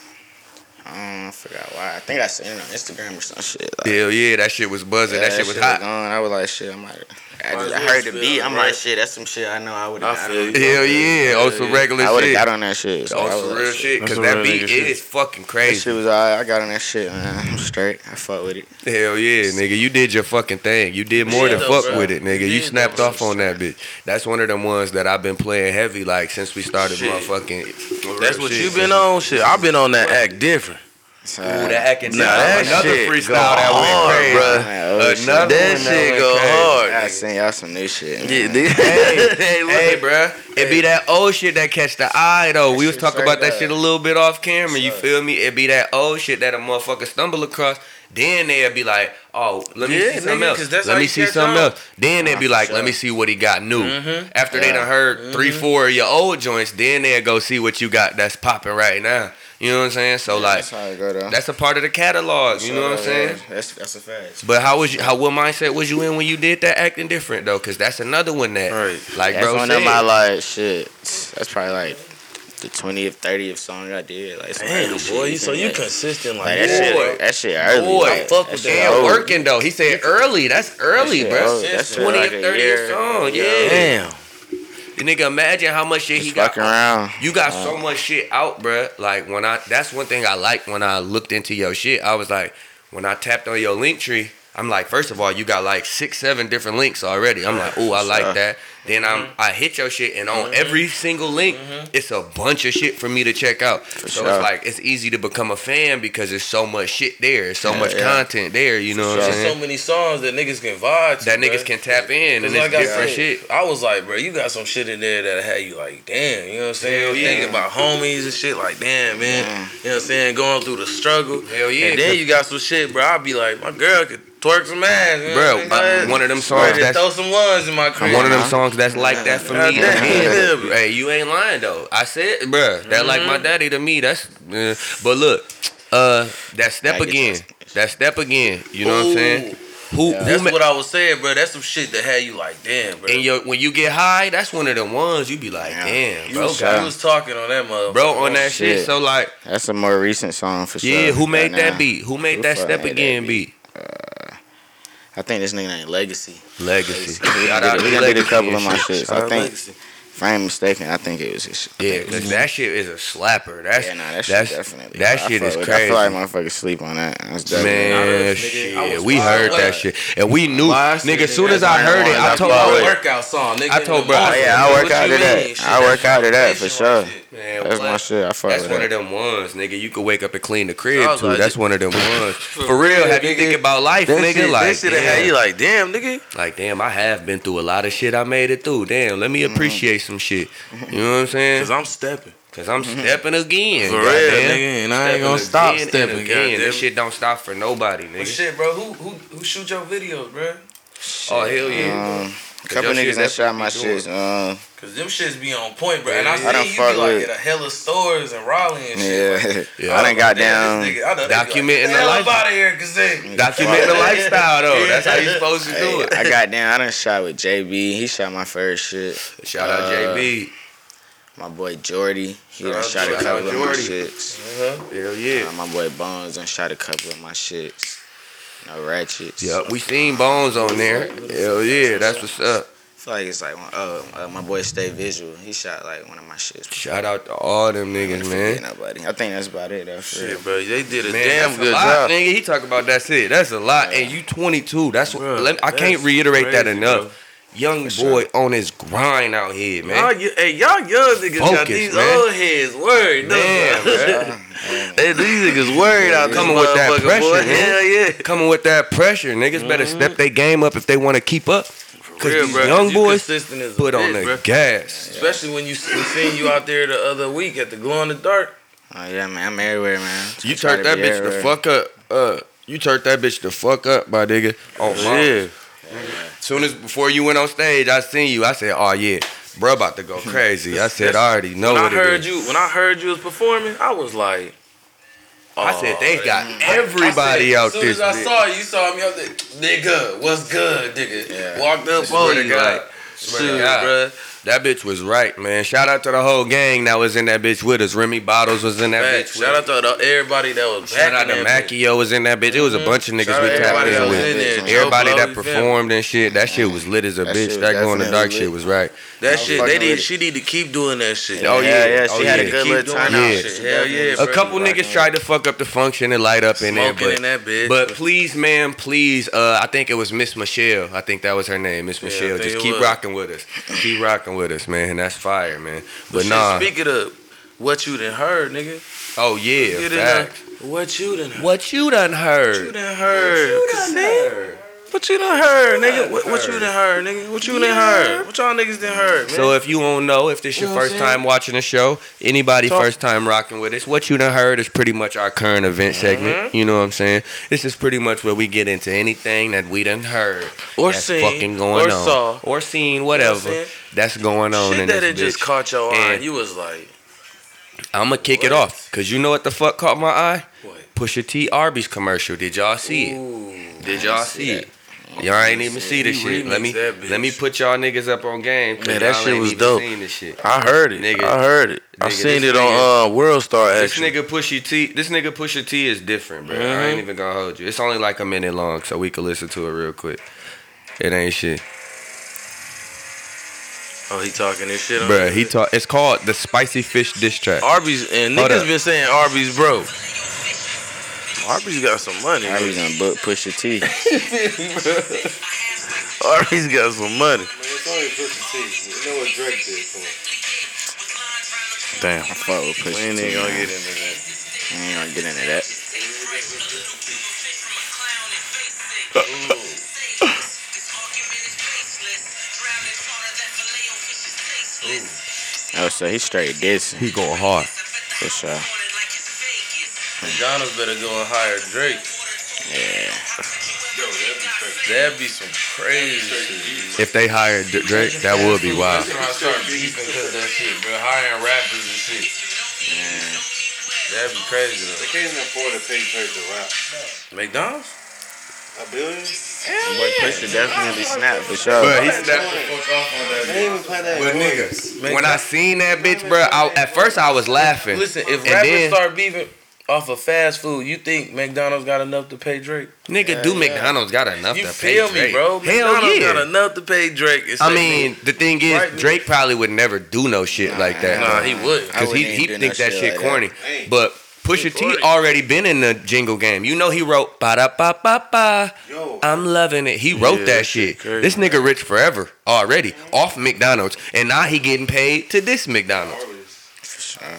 I don't know, I forgot why. I think I seen it on Instagram or some shit. Like,
Hell yeah, that shit was buzzing.
yeah,
that shit was hot.
gone. I was like, shit, I might. I,
Might as
just, I
well
heard the
spill
beat.
it,
I'm
right?
like, shit, that's some shit I know I would
I
have got.
feel
on.
you.
Hell yeah, on some
yeah.
regular
I would have
shit.
got on that shit. So I
On
was
some
like,
real shit,
That's
cause
some
that
real
beat
nigga
is
shit.
fucking
That
crazy.
shit was alright. I got on that shit, man. I'm straight. I fuck with it.
Hell yeah, nigga, you did your fucking thing. You did more
Yeah,
than
though,
fuck
bro.
with it, nigga. You
Yeah,
snapped
though,
off on that bitch. That's one of them ones that I've been playing heavy like since we started
Shit.
motherfucking.
That's what
Shit.
you been on. Shit, I've been on that act different.
So,
Ooh, that acting
Nah, that
another
shit
freestyle
go
that went
hard,
crazy.
bruh.
Oh, shit.
Another
That
one
shit
went
go
crazy.
hard.
I seen y'all some new shit.
Yeah,
Man.
nigga.
Hey,
Hey, look.
hey, bruh. It be that old shit that catch the eye though. we was
shit
talking
straight
about that
up.
shit a little bit off camera. You feel me? It be that old shit that a motherfucker stumble across. Then they'll be like, oh, let me
Yeah,
see something
nigga, 'cause
else.
that's how
Let me
you
see
catch
something
on.
else. Then they'll be
for
like, let
sure.
me see what he got new.
Mm-hmm.
After they
Yeah.
done heard three, four of your old joints, then they'll go see what you got that's popping right now. You know what I'm saying? So like
that's how it go down.
that's a part of the catalog. You know what I'm saying?
That's that's a fact.
But how was you? How what mindset was you in when you did that? Acting different though, because that's another one that,
Right.
like,
That's
bro,
one
said,
of my like shit. That's probably like the twentieth, thirtieth song I did. Like some
Damn,
early shit,
boy. You, so you
feel me?
consistent
like
like
that
that?
Boy.
shit. That shit early.
Boy,
like,
fuck
that
with
shit
that.
damn
old.
working though. He said early. That's early,
shit
bro.
old. That shit
Twenty
like
and
a
thirty year
year
song.
old.
Yeah.
Damn.
The nigga, imagine how much shit he
Just
got.
fucking around.
You got so much shit out, bro. Like when I, that's one thing I like when I looked into your shit. I was like, when I tapped on your link tree, I'm like, first of all, you got like six, seven different links already. I'm like, oh, I like that. Then I'm, I hit your shit, and on every single link, it's a bunch of shit for me to check out. so
sure.
it's like it's easy to become a fan because there's so much shit there, there's so much
yeah.
content there. You know what I'm
There's so
saying?
many songs that niggas can vibe to.
that niggas
bruh.
can tap in
Cause
and it's
like I
different
said,
shit.
I was like, bro, you got some shit in there that had you like, damn, you know what I'm saying?
Hell yeah.
Thinking about homies and shit, like, damn, man,
Mm.
you know what I'm saying? Going through the struggle.
Hell yeah,
And then you got some shit, bro. I'd be like, my girl could twerk some ass, you know
Bro,
what I'm saying?
uh, one of them songs
Ready to
that's
throw some ones in my crib.
One of them songs that's like that for me.
Goddamn.
is Him. hey, you ain't lying though. I said, bruh, that like my daddy to me. That's, uh, but look, uh, that step
I get
again, that step again. You know what I'm saying? Who,
That's
who ma-
what I was saying, bro. That's some shit that had you like, damn, bro.
and your when you get high, that's one of the ones you be like, damn,
you,
bro,
was, you
got-
was talking on that motherfucker.
bro, on that shit.
Oh, Shit.
So like,
That's a more recent song for sure.
yeah, who made
right
that
now.
beat? Who made
Who
that
fuck
step
made that
again
beat?
beat?
I think this nigga named Legacy.
Legacy.
He
Shout
done did,
out to
he done did a
Legacy
couple
and
of my
shit.
shits. I think, if I ain't mistaken, I think it was his. I
Yeah,
think it was-
cause that shit is a slapper. That's
Mm-hmm. Yeah, nah, that shit
that's,
definitely.
that
I
shit
fuck
is
with-
crazy.
I feel like motherfuckers sleep on that. That's definitely.
Man,
nigga, I was
shit, we
wild
heard that
west.
shit, and we knew,
Wild
nigga.
shit,
As soon as
that's
I heard
wild
it, I
west.
told
Wild
my
west.
work.
workout song, nigga.
I
in
told
the
bro,
Oh,
morning.
yeah, I
What
work
you
out of
mean?
that.
Shit,
I work out of that for
that's
sure.
shit.
Man,
That's my
what?
shit. I fuck
That's
with
one of
that.
them ones, nigga. You could wake up and clean the crib
was
too.
like,
That's one of them ones. For real, have you
nigga.
think about life,
That
nigga?
shit- that
like,
Shit that had
damn.
you like, damn, nigga.
like, damn, I have been through a lot of shit. I made it through. Damn, let
Mm-hmm.
me appreciate some shit. You know what I'm saying?
Cause I'm stepping.
Cause I'm stepping
Mm-hmm.
again.
For real,
goddamn.
nigga. And I ain't
Stepping
gonna stop
again and
stepping.
again.
goddamn.
This shit don't stop for nobody,
But
nigga.
shit, bro, who who who shoot your videos, bro?
Oh hell yeah.
Um, couple
your shit
niggas that shot
definitely
my
doing.
shits. Um,
Cause them shits be on point, bro. And I see
I done
you be
fuck
like
with-
at a hella stores in Raleigh and shit. Like,
yeah,
Yeah.
I done got down.
This nigga, I done-
Documenting
Get
the
hell
life.
up out of here, cause they.
Document the
Yeah.
lifestyle though. That's how you supposed to do
Hey,
it.
I got down. I done shot with JB. He shot my first shit.
Shout out
Uh,
JB.
My boy Jordy. He done
out
shot a
Jordy.
couple of my
Jordy.
shits.
Uh-huh.
Hell yeah.
Uh, my boy Bones done shot a couple of my shits. No ratchets.
Yup, we seen Bones on there. Hell yeah, that's what's up.
I feel like it's like uh, uh, my boy Stay Visual. He shot like one of my shits.
Shout out to all them niggas,
Forget
man.
nobody. I think that's about it. Though, for real.
Shit, bro, they did a
Man,
damn
that's
good
a lot,
job.
nigga. He talk about that's it. That's a lot, and you 22. That's what.
Bruh,
let, I can't
that's
reiterate that
crazy,
enough.
bro.
Young boy on his grind out here, man.
Y'all, y- hey, y'all young niggas
Focus,
got these
man.
old heads worried. no,
Damn,
bro.
bruh.
Hey, these niggas worried out
Coming with that
motherfucker,
pressure,
boy.
man.
Hell yeah.
Coming with that pressure, niggas better step their game up if they want to keep up. Cause
Mm-hmm. real,
these
bruh,
young
'cause you
boys
consistent as a
put on
bitch,
the
bruh.
gas.
Especially when you we seen you out there the other week at the glow in the dark.
Oh yeah, man. I'm everywhere, man.
You
I try
turned
to
that
be
bitch the
everywhere.
fuck up. Uh, you turned that bitch the fuck up, my nigga. Oh
Yeah.
Soon as before you went on stage, I seen you. I said, "Oh yeah, bro, about to go crazy." I said, "I already know
When I
what it
heard
is."
you, when I heard you was performing, I was like,
I said,
"Aw,
"They
man."
got
Oh, I
everybody
said,
out
as soon
this."
As I
bitch.
saw you, you saw me out there. Nigga, what's good, nigga?
Yeah.
Walked up
Swear
on
to
you
God.
like,
Swear to
shoot,
God.
bruh.
That bitch was right, man. Shout out to the whole gang that was in that bitch with us. Remy Bottles was in that
Man,
bitch.
Shout
with
out to the- everybody that was
us. shout out
backing that
to
bitch.
Macchio was in that bitch. It was a bunch of niggas
Shout out
we
to
tapped
everybody that
in
was
with.
in there. Joe
Everybody
Blow,
that
you feel me?
performed and shit. That shit was lit as a
That
bitch.
shit
That going the
definitely
dark
lit.
shit was right.
I'm
That
fucking
shit, they need.
with it.
She need to keep doing that shit.
Oh, yeah.
yeah, yeah. She
Oh,
had
yeah.
a good
Keep
little
doing
turnout.
that
Yeah.
shit. Hell yeah,
A
Bro,
couple
you rocking
niggas tried to fuck up the function and light up in
Smoking
there,
in that
but,
bitch.
but please, ma'am, please. Uh, I think it was Miss Michelle. I think that was her name, Miss
I
Michelle.
think
Just
it
keep
was.
rocking with us. Keep rocking with us, man. That's fire, man. But
Shit,
nah.
Speaking of what you done heard, nigga.
oh yeah,
Get in there.
facts.
What you done heard?
What you done heard?
What you done heard? Cassette? What you done heard, nigga? What, what you done heard, nigga? What you done heard? What y'all niggas done heard, man?
So if you don't know, if this your
know what
first
I'm saying?
time watching the show, anybody
Talk-
first time rocking with us, what you done heard is pretty much our current event
Mm-hmm.
segment. You know what I'm saying? This is pretty much where we get into anything that we done heard
or
that's
seen,
fucking going
or
on,
saw.
or seen,
what I'm
whatever
saying?
that's going on
Shit
in
that
this
it just
bitch.
caught your eye.
And-
and You was like,
I'ma kick it off. Cause you know what the fuck caught my eye?
What?
Pusha T Arby's commercial. Did y'all see it? Did y'all see it? Y'all ain't even see this
He
shit. Let
remixed
me
that bitch.
let me put y'all niggas up on game. 'cause
Man, that
y'all
shit
ain't
was
even
dope.
Seen this shit.
I heard it.
Nigga.
I heard it. I
Nigga,
seen
this
it on uh, World Star
This
actually.
nigga Pusha T, this nigga Pusha T is different, bro. I ain't even gonna hold you. It's only like a minute long, so we can listen to it real quick. It ain't shit,
Oh, he talking this shit. on-
bro. He talk. It's called the spicy fish dish track.
Arby's and
Hold
niggas
up.
been saying Arby's broke. Arby's got some money.
Now we
Arby's,
done book Pusha T.
Arby's got some money.
it's only Pusha T. You know what Drake did for him.
Damn.
I fuck with
We
Pusha
ain't
T.
even gonna
man.
get into that.
We ain't gonna get into that. Oh, so he's straight dissing
He going hard.
for sure.
Madonna's better go and hire Drake.
Yeah.
That'd be some crazy shit.
If they hired D- Drake, that would be wild.
That's when I start beefing because that shit, bro. Hiring rappers and shit. That'd be crazy
They can't even afford to pay Drake to rap.
though. McDonald's?
A billion?
Boy, Pusha definitely snapped for
But
sure.
he's that.
They ain't even play that.
But
Well,
niggas,
When I seen that bitch, bro, I, at first I was laughing.
Listen, if
And
rappers
then-
start beefing off of fast food, you think McDonald's got enough to pay Drake?
Nigga, do McDonald's got enough
You
to pay
feel me,
Drake.
bro?
Hell
McDonald's
yeah.
got enough to pay Drake. and
I
say,
mean, the thing is,
Right, nigga?
Drake probably would never do no shit like that.
nah,
though.
he would.
I
Cause he
wouldn't
he
do
think
no
that
shit
shit
like
corny.
Hey.
But Pusha T already been in the jingle game. You know he wrote ba da ba ba ba.
Yo.
I'm loving it. He wrote
Yeah, that
that
shit
shit.
crazy.
This nigga rich forever already off McDonald's, and now he getting paid to this McDonald's.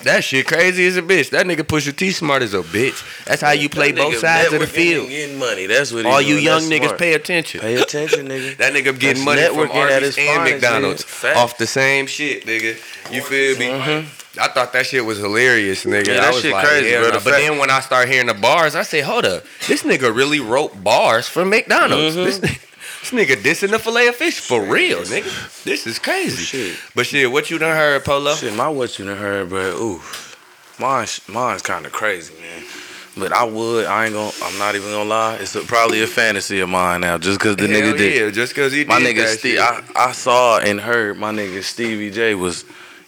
That shit crazy as a bitch. That nigga Pusha T smart as a bitch. That's how you play
That
both
nigga
sides of the
networking and
field.
Getting money. That's what he
All you
doing.
young
That's
niggas
smart.
pay attention.
Pay attention, nigga.
That nigga
That's
getting money from
networking at
Arby's
its
and
finest,
McDonald's
nigga. Facts.
off the same shit, nigga. You feel me? I thought that shit was hilarious, nigga.
Yeah,
I
that
was
shit
like,
crazy,
hell
bro.
no.
The
But
fact-
then when I start hearing the bars, I say, hold up, this nigga really wrote bars for McDonald's. This, nigga, this nigga dissing the fillet of fish for real, nigga. This is crazy.
Shit.
But Oh, shit, what you done heard, Polo?
Shit, my what you done heard, bro. Ooh, mine's mine's kind of crazy, man. But I would. I ain't gonna. I'm not even gonna lie. It's a, probably a fantasy of mine now, just cause the
Hell
nigga did.
yeah, just cause he
My
did
nigga
that
Steve.
shit.
I, I saw and heard my nigga Stevie J was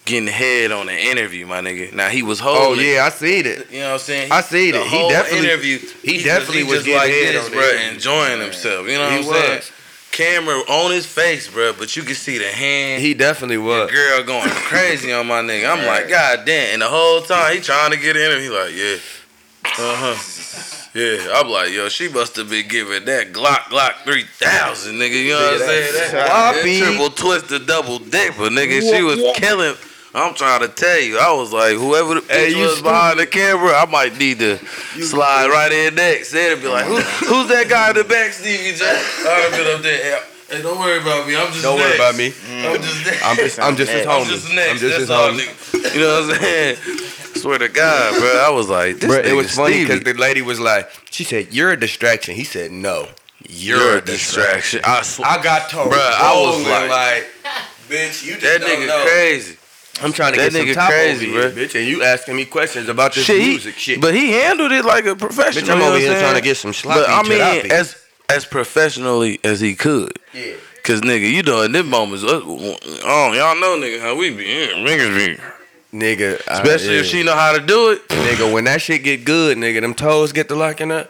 getting head on an interview. My nigga. Now he was
oh
holding.
yeah, I seen it.
You know what I'm saying?
I seen
the
it. He
whole
definitely-
interview.
he definitely was
just
getting
like
head
this,
on
bro,
it.
enjoying himself. You know
He
what I'm saying?
was.
Camera on his face, bro, but you could see the hand.
He definitely was.
girl going crazy on my nigga. I'm like, God damn. And the whole time he trying to get in him, he like, yeah. Uh huh. Yeah. I'm like, yo, she must have been giving that Glock Glock 3000, nigga. You know what I'm saying? That,
sloppy.
that triple twist, the double dipper, nigga. She was killing. I'm trying to tell you, I was like, whoever the bitch
Hey, you
was behind the camera, I might need to slide right in next. They'd be like, Who, who's that guy in the back, Stevie J? I'd have been up there. Hey, don't worry about me. I'm just
Don't
next.
worry about me.
I'm just next.
I'm just I'm just his
I'm
homie.
just next.
I'm just
That's
his
all,
homie.
nigga. You know what I'm saying? Swear to God, bro. I was like, this
Bruh,
nigga
it was funny
Stevie,
because the lady was like, she said, "You're a distraction." He said, "No, you're,
you're
a
a
distraction."
distraction. I swear.
I got told,
Bruh, I was
rolling,
like-
bitch, you just
that
don't
nigga
know.
crazy.
I'm trying to
that
get
nigga
some top
crazy,
over here, bitch, and you asking me questions about this
he-
music shit.
But he handled it like a professional.
bitch, I'm
you know
over
what
here
saying?
trying to get some sloppy.
But I mean,
jalopy.
as as professionally as he could.
yeah.
Cause nigga, you know in them moments, uh, us- oh y'all know nigga how we be, yeah, niggas be.
nigga,
Especially
I,
if she know how to do it.
nigga, when that shit get good, nigga, them toes get to locking up,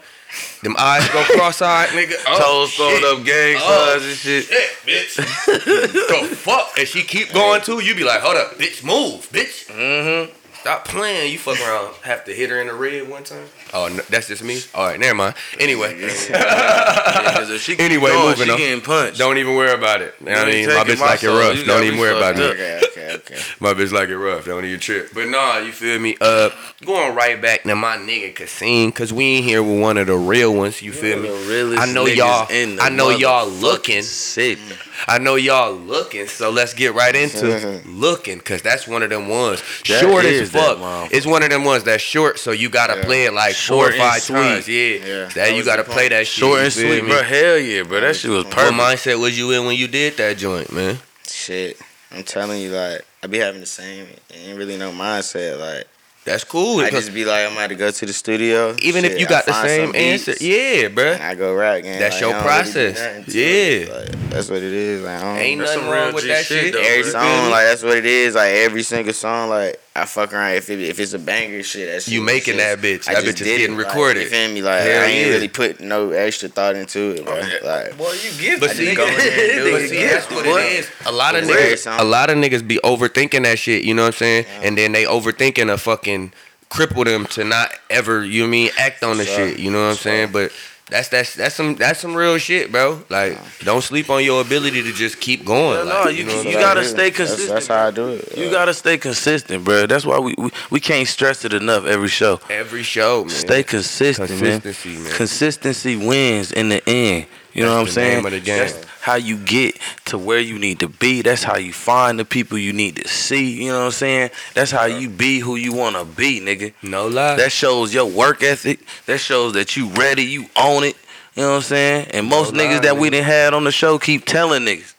them eyes go cross-eyed, nigga. Oh,
Toes throwing
shit.
up gang
Oh,
signs and shit.
shit, bitch. the fuck? And she keep going too. You be like, hold up, bitch, move, bitch.
Mm-hmm.
Stop playing. You fuck around. Have to hit her in the red one time. Oh, no, that's just me. All right, never mind. Anyway,
Because if she keep
Anyway,
going,
moving
she
on.
getting punched.
don't even worry about it. You know what I
You
mean, my
taking
bitch
my
like it
soul.
rough.
You
Don't
got
even
me
worry about
fucked
it.
up.
Okay, okay, okay.
My bitch like it rough. Don't even trip. But nah, you feel me? Uh, going right back to my nigga Cassine, cause we in here with one of the real ones. You feel me? I know y'all. I know y'all looking.
Sick.
I know y'all looking, so let's get right into looking, cause that's one of them ones.
That
short as
is that
fuck.
motherfucker.
It's one of them ones that's short, so you gotta
Yeah.
play it like
Short
four
and
or five
sweet.
times. Yeah,
Yeah.
that you gotta play that shit.
Short
you
and
feel
sweet,
me?
bro. Hell yeah, bro. That shit was
What
perfect.
mindset was you in when you did that joint, man?
Shit. I'm telling you, like, I be having the same, ain't really no mindset. Like,
That's cool.
I
because
just be like, I'm about to go to the studio.
even if
Shit,
you
I
got the
find some
same
beats,
answer, yeah, bruh.
I go right, gang.
That's
Like,
your
I don't really do
process.
nothing to it.
Yeah.
Like, that's what it is. Like, I don't,
Ain't
That's
nothing
some real
wrong with
G
that
shit,
shit.
though,
every
bruh.
You
song,
feel me?
like that's what it is. Like every single song, like I fuck around. If it, if it's a banger, shit, that shit
You
is
making
just-
that bitch.
I
That
just
bitch
did
is
it,
getting
like,
recorded.
you feel me? Like
Hell
I ain't
yeah.
really put no extra thought into it, bro. Like
Boy, you get
But
I
see,
just go in there and do
but
it,
see,
man.
that's what
What?
it is. A lot of
It's weird,
niggas,
son.
a lot of niggas be overthinking that shit. You know what I'm saying? And then they overthinking a fucking cripple them to not ever. You know what I mean act on the
Sure.
shit? You know what I'm saying? But that's that's that's some that's some real shit, bro. Like, don't sleep on your ability to just keep going.
No, no,
like,
you
know
can-
what I'm
you
saying?
gotta
That's-
stay
that's- That's,
consistent,
how I do it.
You
Like,
gotta stay consistent, bro. That's why we, we we can't stress it enough every show.
every show, man.
Stay consistent,
Consistency,
man.
man.
Consistency wins in the end. You know what I'm
That's the
saying?
name of the game.
That's how you get to where you need to be. That's how you find the people you need to see. You know what I'm saying? That's how you be who you wanna be, nigga.
No lie.
That shows your work ethic. That shows that you ready, you own it. You know what I'm saying? And most
No lie,
niggas that we
nigga.
done had on the show keep telling niggas,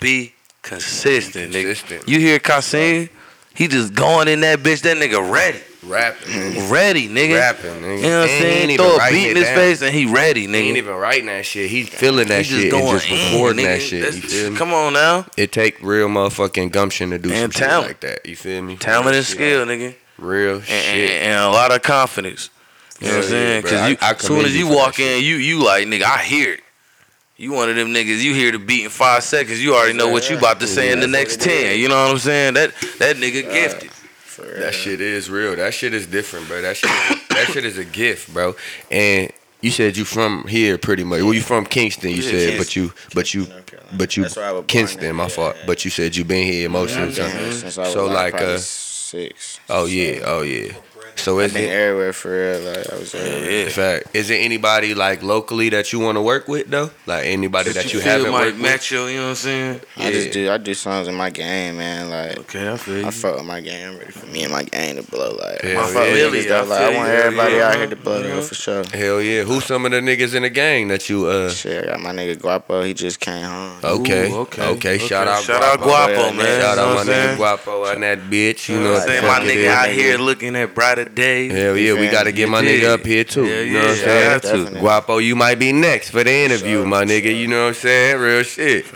be consistent,
Consistent.
nigga. You hear Kasim? He just going in that bitch. That nigga ready,
rapping. nigga.
ready, nigga.
Rapping, nigga.
You know what
And
I'm
he ain't
saying?
even
Throw a
writing
beat in
it
his
down.
face and he ready,
He ain't
nigga.
even writing that shit. He's feeling that
He just
shit
going
and just
in,
recording that
nigga.
shit. You
That's-
feel me?
Come on now,
It take real motherfucking gumption to do
And
some
talent.
shit like that. You feel me?
talent and
Shit.
skill, nigga,
Real
and,
shit.
and, and a lot of confidence. You know what I'm
Hell yeah,
saying?
bro.
Because
I-
you,
I
as soon
commend
as
you
you
for that
walk in, you you like nigga, I hear it. You one of them niggas. You hear the beat in five seconds. You already know what you about to say in the next ten. You know what I'm saying? That that nigga gifted.
for
That
real.
shit is real. That shit is different, bro. That shit, that shit is a gift, bro. And you said you from here, pretty much. Well, you from Kingston, you
Yeah,
said,
Kingston.
but you, but you,
North Carolina.
but you,
That's where I was born
Kinston.
at,
My
yeah,
fault.
yeah.
But you said you been here most
I've
of the
been here
time.
since I was
So, like,
probably
uh,
six.
Oh yeah, oh yeah. So
I've
is
been
it?
everywhere for real. Like I was uh, everywhere.
Yeah.
In fact, is there anybody like locally that you want to work with though? Like anybody that you haven't
might
worked with?
match your. You know what I'm saying?
I
Yeah.
just do I do songs in my game, man. Like
Okay, I feel
I fuck with my game. I'm ready for me and my game to blow. Like
Hell
I fuck with
yeah.
niggas, though.
I
Like
feel
I want
you.
everybody
Yeah.
out here to blow though, for sure.
Hell yeah. Who's some of the niggas in the gang that you uh?
Shit, I got my nigga Guapo. He just came home.
Okay.
Ooh,
okay.
okay.
Shout
Okay.
out.
Shout out
Guapo, man.
Shout
You know what
out my
I'm
nigga
saying?
Guapo and that bitch. You
You
know what I'm saying?
My
fuck it
nigga
is,
out
nigga.
here looking at brighter days.
Hell yeah, we
Yeah,
gotta get my nigga
yeah.
up here too.
Yeah,
you know what I'm
yeah,
saying?
have to.
Definitely.
Guapo, you might be next for the interview,
Sure,
my nigga. You know what I'm saying? Real shit.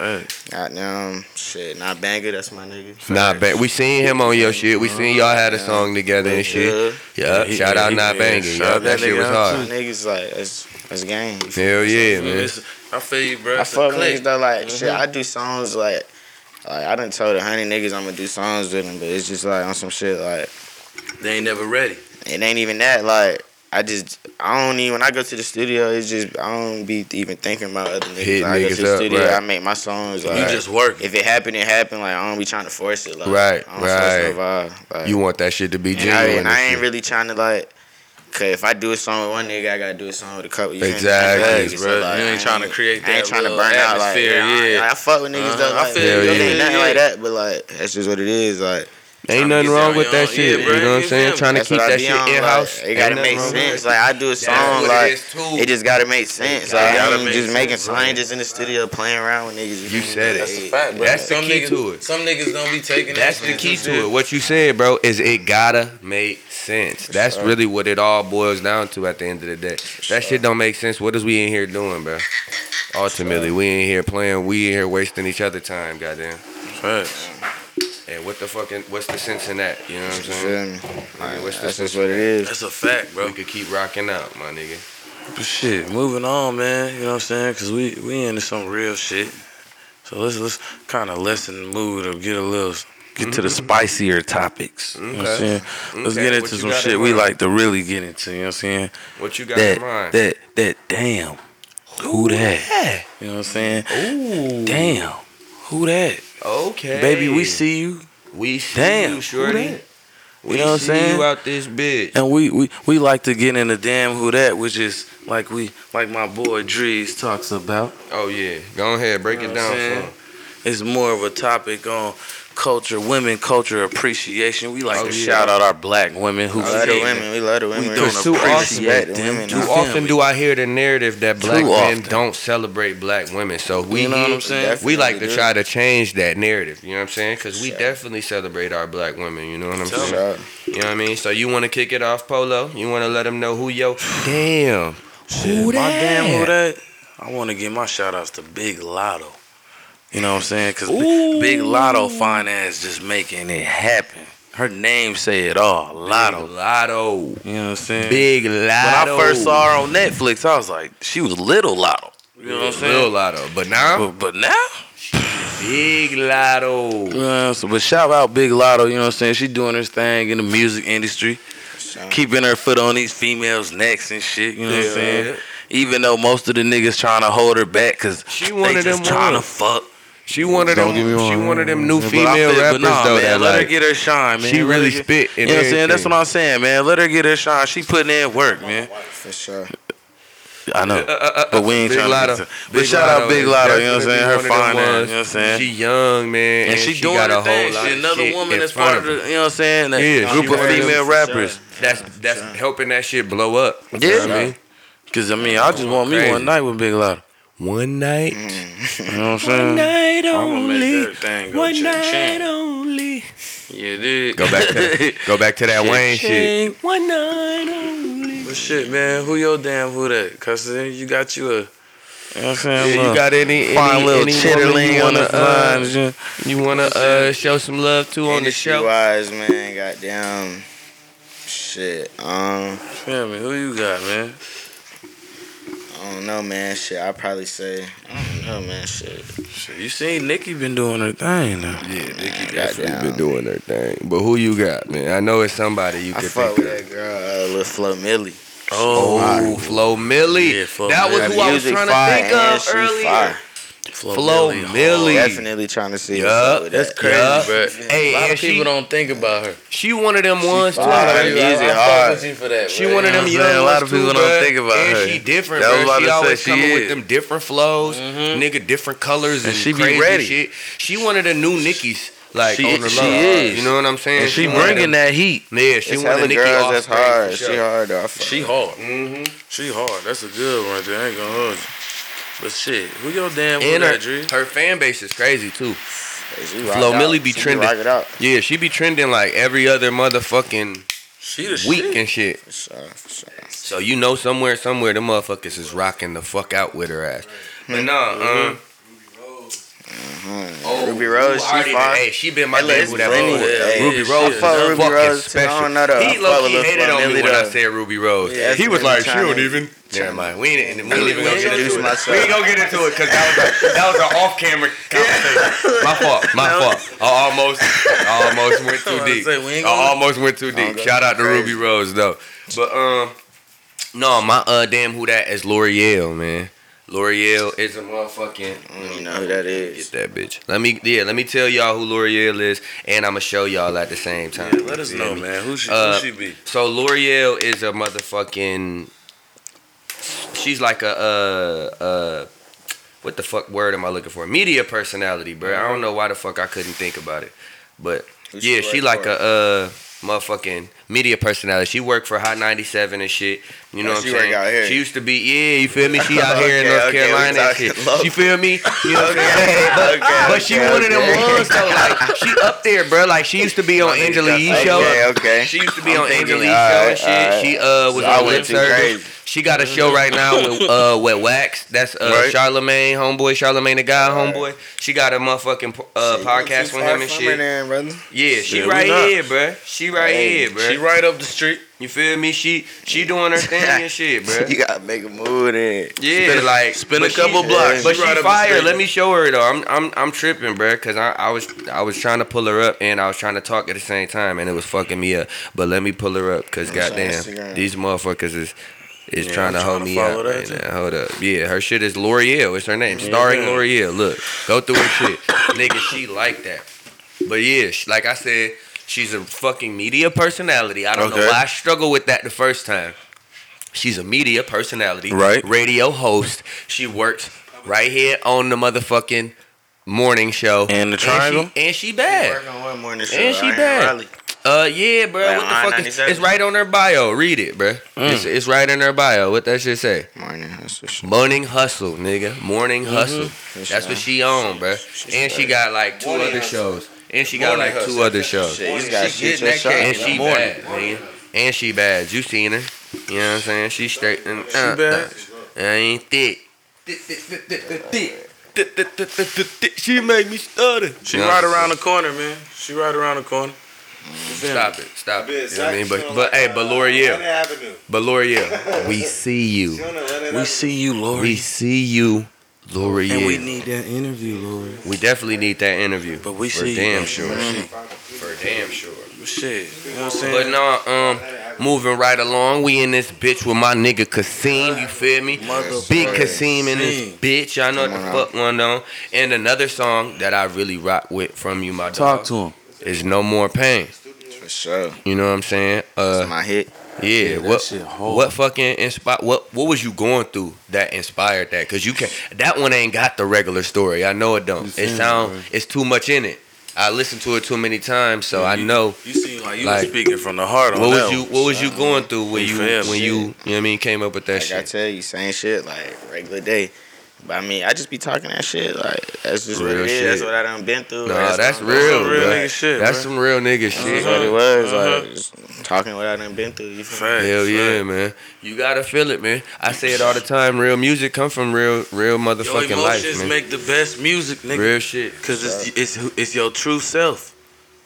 Goddamn shit. Not banger. That's my nigga.
Nah, bang. We seen him on your shit. We seen y'all had a song together and shit. Yeah,
Yeah,
shout out
yeah,
Not
yeah,
Banging.
shout
Yeah,
out
that
that
shit
nigga
was
out
My
hard.
niggas like that's that's game.
Hell yeah, man.
It's- I feel you, bro.
I
It's a
fuck with
click. Mm-hmm.
niggas though. Like shit, I do songs like like I done told a hundred niggas I'm gonna do songs with them, but it's just like on some shit like
They ain't never ready.
it ain't even that. Like I just I don't even when I go to the studio, it's just I don't be even thinking about other niggas.
Hit
I go
niggas
to the
up,
studio,
right.
I make my songs. Like,
You just working.
if it happened, it happened. Like I don't be trying to force it. Like
Right,
I don't force no vibe. Like,
You want that shit to be
and I,
genuine.
and I
and
ain't
shit.
really trying to like. Cause if I do a song with one nigga, I gotta do a song with a couple. You feel me?
Exactly,
Niggas,
bro.
so,
You ain't
I
tryna create
I ain't
that
trying to
real
burn out. Like,
atmosphere,
yeah,
yeah.
I, I fuck with niggas
Uh-huh.
though.
I
Like,
feel
you,
it
yeah,
ain't
yeah.
nothing like that. But like, that's just what it is. Like,
Ain't
Tryna
nothing
get
wrong
that
with that
young-
shit.
yeah,
you know
bro,
what I'm
you
saying?
feel
Trying to
That's
keep
what I
that
be
shit
on,
in house.
Like, it gotta make sense. Like I do a song,
what it
like
is,
it,
too.
just gotta make sense. Like
gotta
I ain't
make
just
sense,
making
bro.
science just in the studio playing around with niggas. feel
You
me?
said it.
That's a
Fact, bro.
That's the
Some
key
niggas,
to it.
Some niggas don't be taking
That's
that
the
shit.
key to it. What you said, bro, is it gotta make sense. That's really what it all boils down to at the end of the day. That shit don't make sense. What is we in here doing, bro? Ultimately, we in here playing. We in here wasting each other time. Goddamn. And what the fucking? What's the sense in that? You know what I'm
You
saying?
feel me?
Like, what's
Like,
the
That's
sense?
just what it is.
That's a fact,
Bro, we
bro.
could keep rocking out, my nigga.
Shit, moving on, man. You know what I'm saying? Cause we we into some real shit. So let's let's kind of lessen the mood or get a little get to the spicier topics. You know Mm-hmm. what I'm
Okay.
saying? Let's
Okay,
get
what
into
you
some
got in
shit we
mind?
like to really get into. You know what I'm saying?
What you got in
That
mind?
that that damn who that? You know what I'm saying?
Ooh.
Damn who that?
Okay.
Baby, we see you.
We see
Damn,
you,
who
shorty.
that?
We
know what I'm
see
saying?
You out this bitch.
And we, we, we like to get in the damn who that, which is like we like my boy Drees talks about.
Oh yeah. Go ahead, break it
You know what I'm
down.
saying? It's more of a topic on culture, women culture appreciation. We like
Oh,
to shout out our black women who
love the
sing.
women. We love the women.
We
don't
don't appreciate
the
them.
women.
Too
I
Too
feel
often
me.
do I hear the narrative that black
Too
men
often.
don't celebrate black women. So we
You know what I'm saying?
we like to
Definitely
try to change that narrative. You know what I'm saying? Because we definitely celebrate our black women. You know what I'm
for sure.
saying? You know what I mean? So you want to kick it off, Polo? You want to let them know who yo? Damn. Who
My damn who
that?
that? I want to give my shout outs to Big Lotto. You know what I'm saying? Because Big Lotto Finance just making it happen. Her name say it all.
Lotto.
Lotto.
Lotto.
You know what I'm saying?
Big
when I
Lotto.
first saw her on Netflix, I was like, she was Little Lotto. You know what I'm
Lil
saying?
Lotto. But now,
But, but now,
Big Lotto.
you know what I'm saying? but shout out Big Lotto. You know what I'm saying? She doing her thing in the music industry, keeping her foot on these females' necks and shit. You know what I'm saying? Even though most of the niggas trying to hold her back because
She
they
one of
just
them
trying to
ones.
fuck.
She one of them.
Don't get me
She
wrong.
one of them new
But I
female
feel- but
rappers
nah,
though.
man,
that
let her
like,
get her shine, man. Let
she
her
really
get-
spit
You
in
know what I'm saying? That's
everything.
what I'm saying, man. Let her get her shine. She putting in work, man.
For sure.
I know, but we ain't
Big
trying
Lotto.
to. But shout out Big
is
Lotto. You know what I'm
definitely
saying? Her
one of them
fine. ass, You know
ones.
what I'm saying?
She young man,
and, she, doing
got a
her
whole
thing.
lot
She
of
another
shit
woman
in
that's
front
part of the, you know what I'm saying? That
Yeah,
group
she
of
one of them-
female rappers.
That's that's helping that shit blow up. You know
Yeah.
what I mean?
Cause I mean, I just want me
Crazy.
one night with Big Lotto.
One night,
Mm-hmm. You know what I'm saying?
night
thing
only.
Yeah, dude.
Go back to go back to that Wayne shit.
One night only. But shit, man, who your damn who that? Cause then you got you a. You know what I'm saying?
Yeah, you got any any,
fine little
any woman
chitterling
you
on
wanna
the
uh,
lines. yeah.
you wanna uh, show some love to on the show?
wise, man. Goddamn. Shit. Um.
Feel me? Who you got, man?
I don't know, man. Shit. I probably say. I don't know, man. Shit.
Shit, you seen Nicki been doing her thing now.
Yeah, Nicki
Goddamn.
definitely been doing her thing. But who you got, man? I know it's somebody you
I
could
fuck
think
with
of.
that girl, uh, Lil Flo Millie.
Oh, Flo Millie.
Yeah, Flo
that was
Milli.
who I was
Music
trying
fire,
to think
and
of
she
earlier.
fire.
Flo,
Flo Milli.
Definitely trying to see. what's up
Yup,
with
That's
that.
crazy,
Yeah.
bro.
Hey,
a lot
and
of people
she-
don't think about her.
She one of them ones. too.
fire.
I-
Easy,
I-
hard.
She one of them young
A lot of
ones,
people
too,
don't
bruh.
think about
and
her.
she different,
That was about
bruh. She
to say,
always
she
coming
is. Mm-hmm.
with them different flows, nigga, different colors, and,
And she be
crazy
ready.
shit. She one of the new Nickies, like
She-
on the
she
low.
is.
You know what I'm saying?
And she
one of
bringing
them-
that heat.
Yeah, she
It's
one of
hella
Nicki
girls that's
offspring, for
hard.
sure.
She hard though. I fuck
She
with
hard. She hard. That's a good one, dude. I ain't gonna hold you. But shit, who your damn who
And
that,
her,
Dre?
her fan base is crazy too.
her. She rock
Flo
out.
Milli be
She
trending.
Rock it out.
Yeah, she be trending like every other motherfucking
She the
week
shit.
and shit.
For sure. For sure.
So you know somewhere, somewhere, the motherfuckers is rocking the fuck out with her ass.
Hmm.
But nah, um,
Mm, Mm-hmm. Ruby Rose.
Ooh, I
She
Oh, already-
fire.
Hey, she been my
Hey, look,
nigga
it's
with that
Ruby.
before.
Hey,
Ruby
shit.
Rose
I
fuck with
is
Ruby
fucking
Rose, too. I
special.
don't know, though. I
He
fuck
low
with
key
Lil
hated
Flo
on me
Milli,
when I
though.
said Ruby Rose.
Yeah,
he was
that's
like,
what
she
I'm
don't
trying to-
even. Never mind. We ain't, we ain't even
to
gonna get
introduce
into it.
myself.
We ain't gonna get into it because that was a, that was an off camera conversation. my fault. My fault. I almost, I almost went
I
too
was
deep.
gonna say, we ain't
I
gonna-
almost went too deep.
go
Shout out to
crazy.
Ruby Rose though. But um, no, my uh damn who that is L'Oreal man. L'Oreal is a motherfucking.
I don't even know who that
Get
is.
that bitch. Let me yeah, let me tell y'all who L'Oreal is, and I'ma show y'all at the same time.
Let us
You
know,
feel me?
man. Who she,
Uh,
who she be?
So L'Oreal is a motherfucking. She's like a uh uh, what the fuck word am I looking for? Media personality, bro. I don't know why the fuck I couldn't think about it, but
Who's
yeah,
she
she
work
like
for?
a uh motherfucking media personality. She worked for Hot 97 and shit. You know
Oh,
what I'm
she work
saying?
out here.
She used to be yeah, you feel me? She out here
Okay,
in North
okay, we
Carolina and
talking
shit.
local.
You feel me? You know what I'm saying?
Okay, okay,
But she
okay,
one of them
okay.
ones though. Like she up there, bro. Like she used to be on Angela Yee show.
Okay, okay.
She used to be
I'm
on
thinking,
Angela Yee
all
show
right,
and shit.
all right.
She uh was
I
on
went
Lip
too crazy.
Service. She got a
Mm-hmm.
show right now with uh with Wax. That's uh
Right.
Charlemagne homeboy, Charlemagne the guy
Right.
homeboy. She got a motherfucking uh
Shit, you too
podcast
far
with him and
from
shit.
her then, brother.
Yeah, she
Shit, we
right
not.
here, bro. She right
Hey,
here, bro.
She right up the street.
You feel me? She she doing her thing and shit, bro.
You gotta make a move then.
Yeah,
Spin a-
like
spin a
but
couple
she,
blocks.
But
She right up
she
the
fire.
street.
Let me show her though. I'm I'm I'm tripping, bruh, Cause I, I was I was trying to pull her up and I was trying to talk at the same time and it was fucking me up. But let me pull her up, cause
What's her
goddamn,
Instagram?
these motherfuckers is is
Yeah,
trying
I'm
to hold
tryna
me out
follow that
right
too.
now. Hold up, yeah, her shit is L'Oreal. It's her name, starring
Yeah.
L'Oreal. Look, go through her shit, nigga. She like that. But yeah, sh- like I said, she's a fucking media personality. I don't know
Okay.
why I struggled with that the first time. She's a media personality,
Right.
Radio host. She works right here on the motherfucking morning show.
And the triangle?
And she, and she bad.
Working one morning show.
And she
I ain't
bad.
Raleigh.
Uh, yeah, bro.
Man,
what the fuck? Is,
997.
it's right on her bio. Read it, bro.
Mm.
It's, it's right in her bio. What that shit say?
Morning. That's for sure.
Morning hustle, nigga. Morning hustle. Mm-hmm. That's what she on, bro. And she got like two other shows. And she got like two other shows.
Shit, you gotta shoot
getting
your
that
shot.
cake.
And she bad, nigga. And she bad. You seen her? You know what I'm saying? She straight. And, uh,
bad?
uh, I ain't thick. Thick, thick, thick, thick, thick. Thick, thick, thick, thick, thick, thick. She made me stutter.
She
You know
right
what I'm
around the corner, man. She right around the corner.
saying? Stop it. Stop it. You know what I mean?
She's
But,
on
but
like,
hey,
uh,
but L'Oreal.
Lynn Avenue.
But L'Oreal. We see you.
She's on the Lynn
We
Avenue.
see you, Lori.
We see you, L'Oreal.
And we
We,
need that interview, Lori.
definitely need that interview.
But we
For
see you,
damn
man.
sure. For damn sure.
Shit. You know what I'm
But
saying?
no, um, moving right along, we in this bitch with my nigga Kasim. You feel me?
Motherfucker.
Big Kasim in this
Kasim.
bitch. Y'all know what the
Come on
fuck going on. And another song that I really rock with from you, my
Talk
dog,
to him.
is "No More Pain."
For sure.
You know what I'm saying?
That's
Uh,
my hit.
yeah.
that
what
shit hard.
what fucking inspired? What what was you going through that inspired that? Cause you can not that one ain't got the regular story. I know it don't.
It's
It
in it,
sound
bro.
it's too much in it. I listened to it too many times, so I
You-
know.
You seem like you
Like,
was speaking from the heart on
What
that
was you
one.
What was you going through when you
Fam,
when
shit.
you you know what I mean came up with that
Like I
shit?
tell you, same shit, like regular day. But I mean, I just be talking that shit. Like that's just what
Real
it is.
shit.
That's what I done been through.
Nah, that's
what I'm
real.
going
real
through.
bruh.
nigga shit,
That's
bruh.
some real nigga shit.
That's what it was.
Uh-huh.
Like just talking what I done been through. You feel me?
Facts,
Hell yeah,
facts.
man! You gotta feel it, man. I say it all the time. Real music come from real,
Your
real motherfucking life,
emotions
man.
make the best music, nigga.
Real shit.
Cause it's it's who- it's your true self.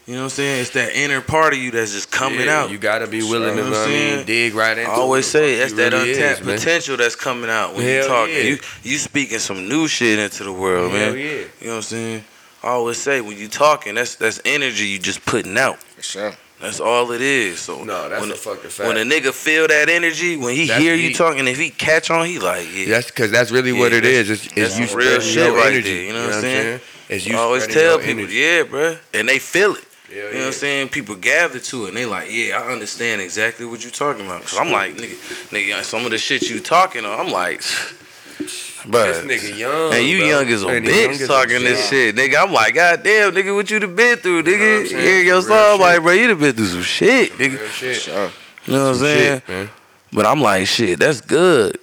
You know what I'm saying? It's that inner part of you that's just coming
Yeah,
out.
You gotta be willing
You
to,
know what
I
I'm
mean,
saying?
dig right
I
into.
always
it.
say that's
You
that
really
untapped
is, man.
potential that's coming out when
Hell
you talking.
yeah.
You you speaking some new shit into the world, man.
Hell yeah.
You know what I'm saying? I always say when you talking, that's that's energy you just putting out.
For sure.
That's all it is. So
No, that's
when
a
the-
fucking fact.
when a nigga feel that energy, when he
That's
hear you
deep.
talking, if he catch on, he like, yeah.
That's because that's really what
Yeah,
it
that's-
is. It's,
that's
it's you
some real
spreading
shit
your
right
energy.
there, you know what I'm saying?
It's you
I always
spreading
tell
your
people,
energy.
yeah, bruh, and they feel it.
Hell
You know what I'm saying? People gather to it and they like, yeah, I understand exactly what you talking about. Cause I'm like, nigga, nigga, some of the shit you talking on, I'm like,
This
but
nigga young.
hey, you
bro.
young as a
And he young as
bitch
a
talking
bitch.
this shit, nigga. I'm like, goddamn, nigga, what you done been through,
You know what
nigga?
I'm saying?
Hear your
Some
song,
real
I'm
shit.
like, bro, you done been through some shit, nigga.
Real
For
shit.
sure.
You know what I'm saying?
Shit, man.
But I'm like, shit, that's good.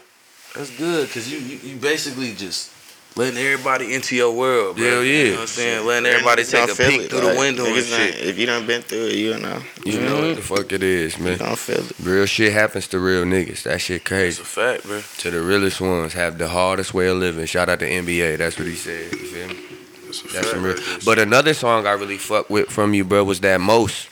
That's good, cause you you, you basically just letting everybody into your world, bro.
Hell yeah.
You know what I'm saying? Letting everybody take a peek through the window and
Niggas not-
shit.
If you done been through it, you know.
You know what the fuck it is, man.
You don't feel it.
Real shit happens to real niggas. That shit
It's
crazy.
a fact, bro.
To the realest ones have the hardest way of living. Shout out to NBA. That's what he said. You feel me? That's some real. But another song I really fuck with from you, bro, was that most.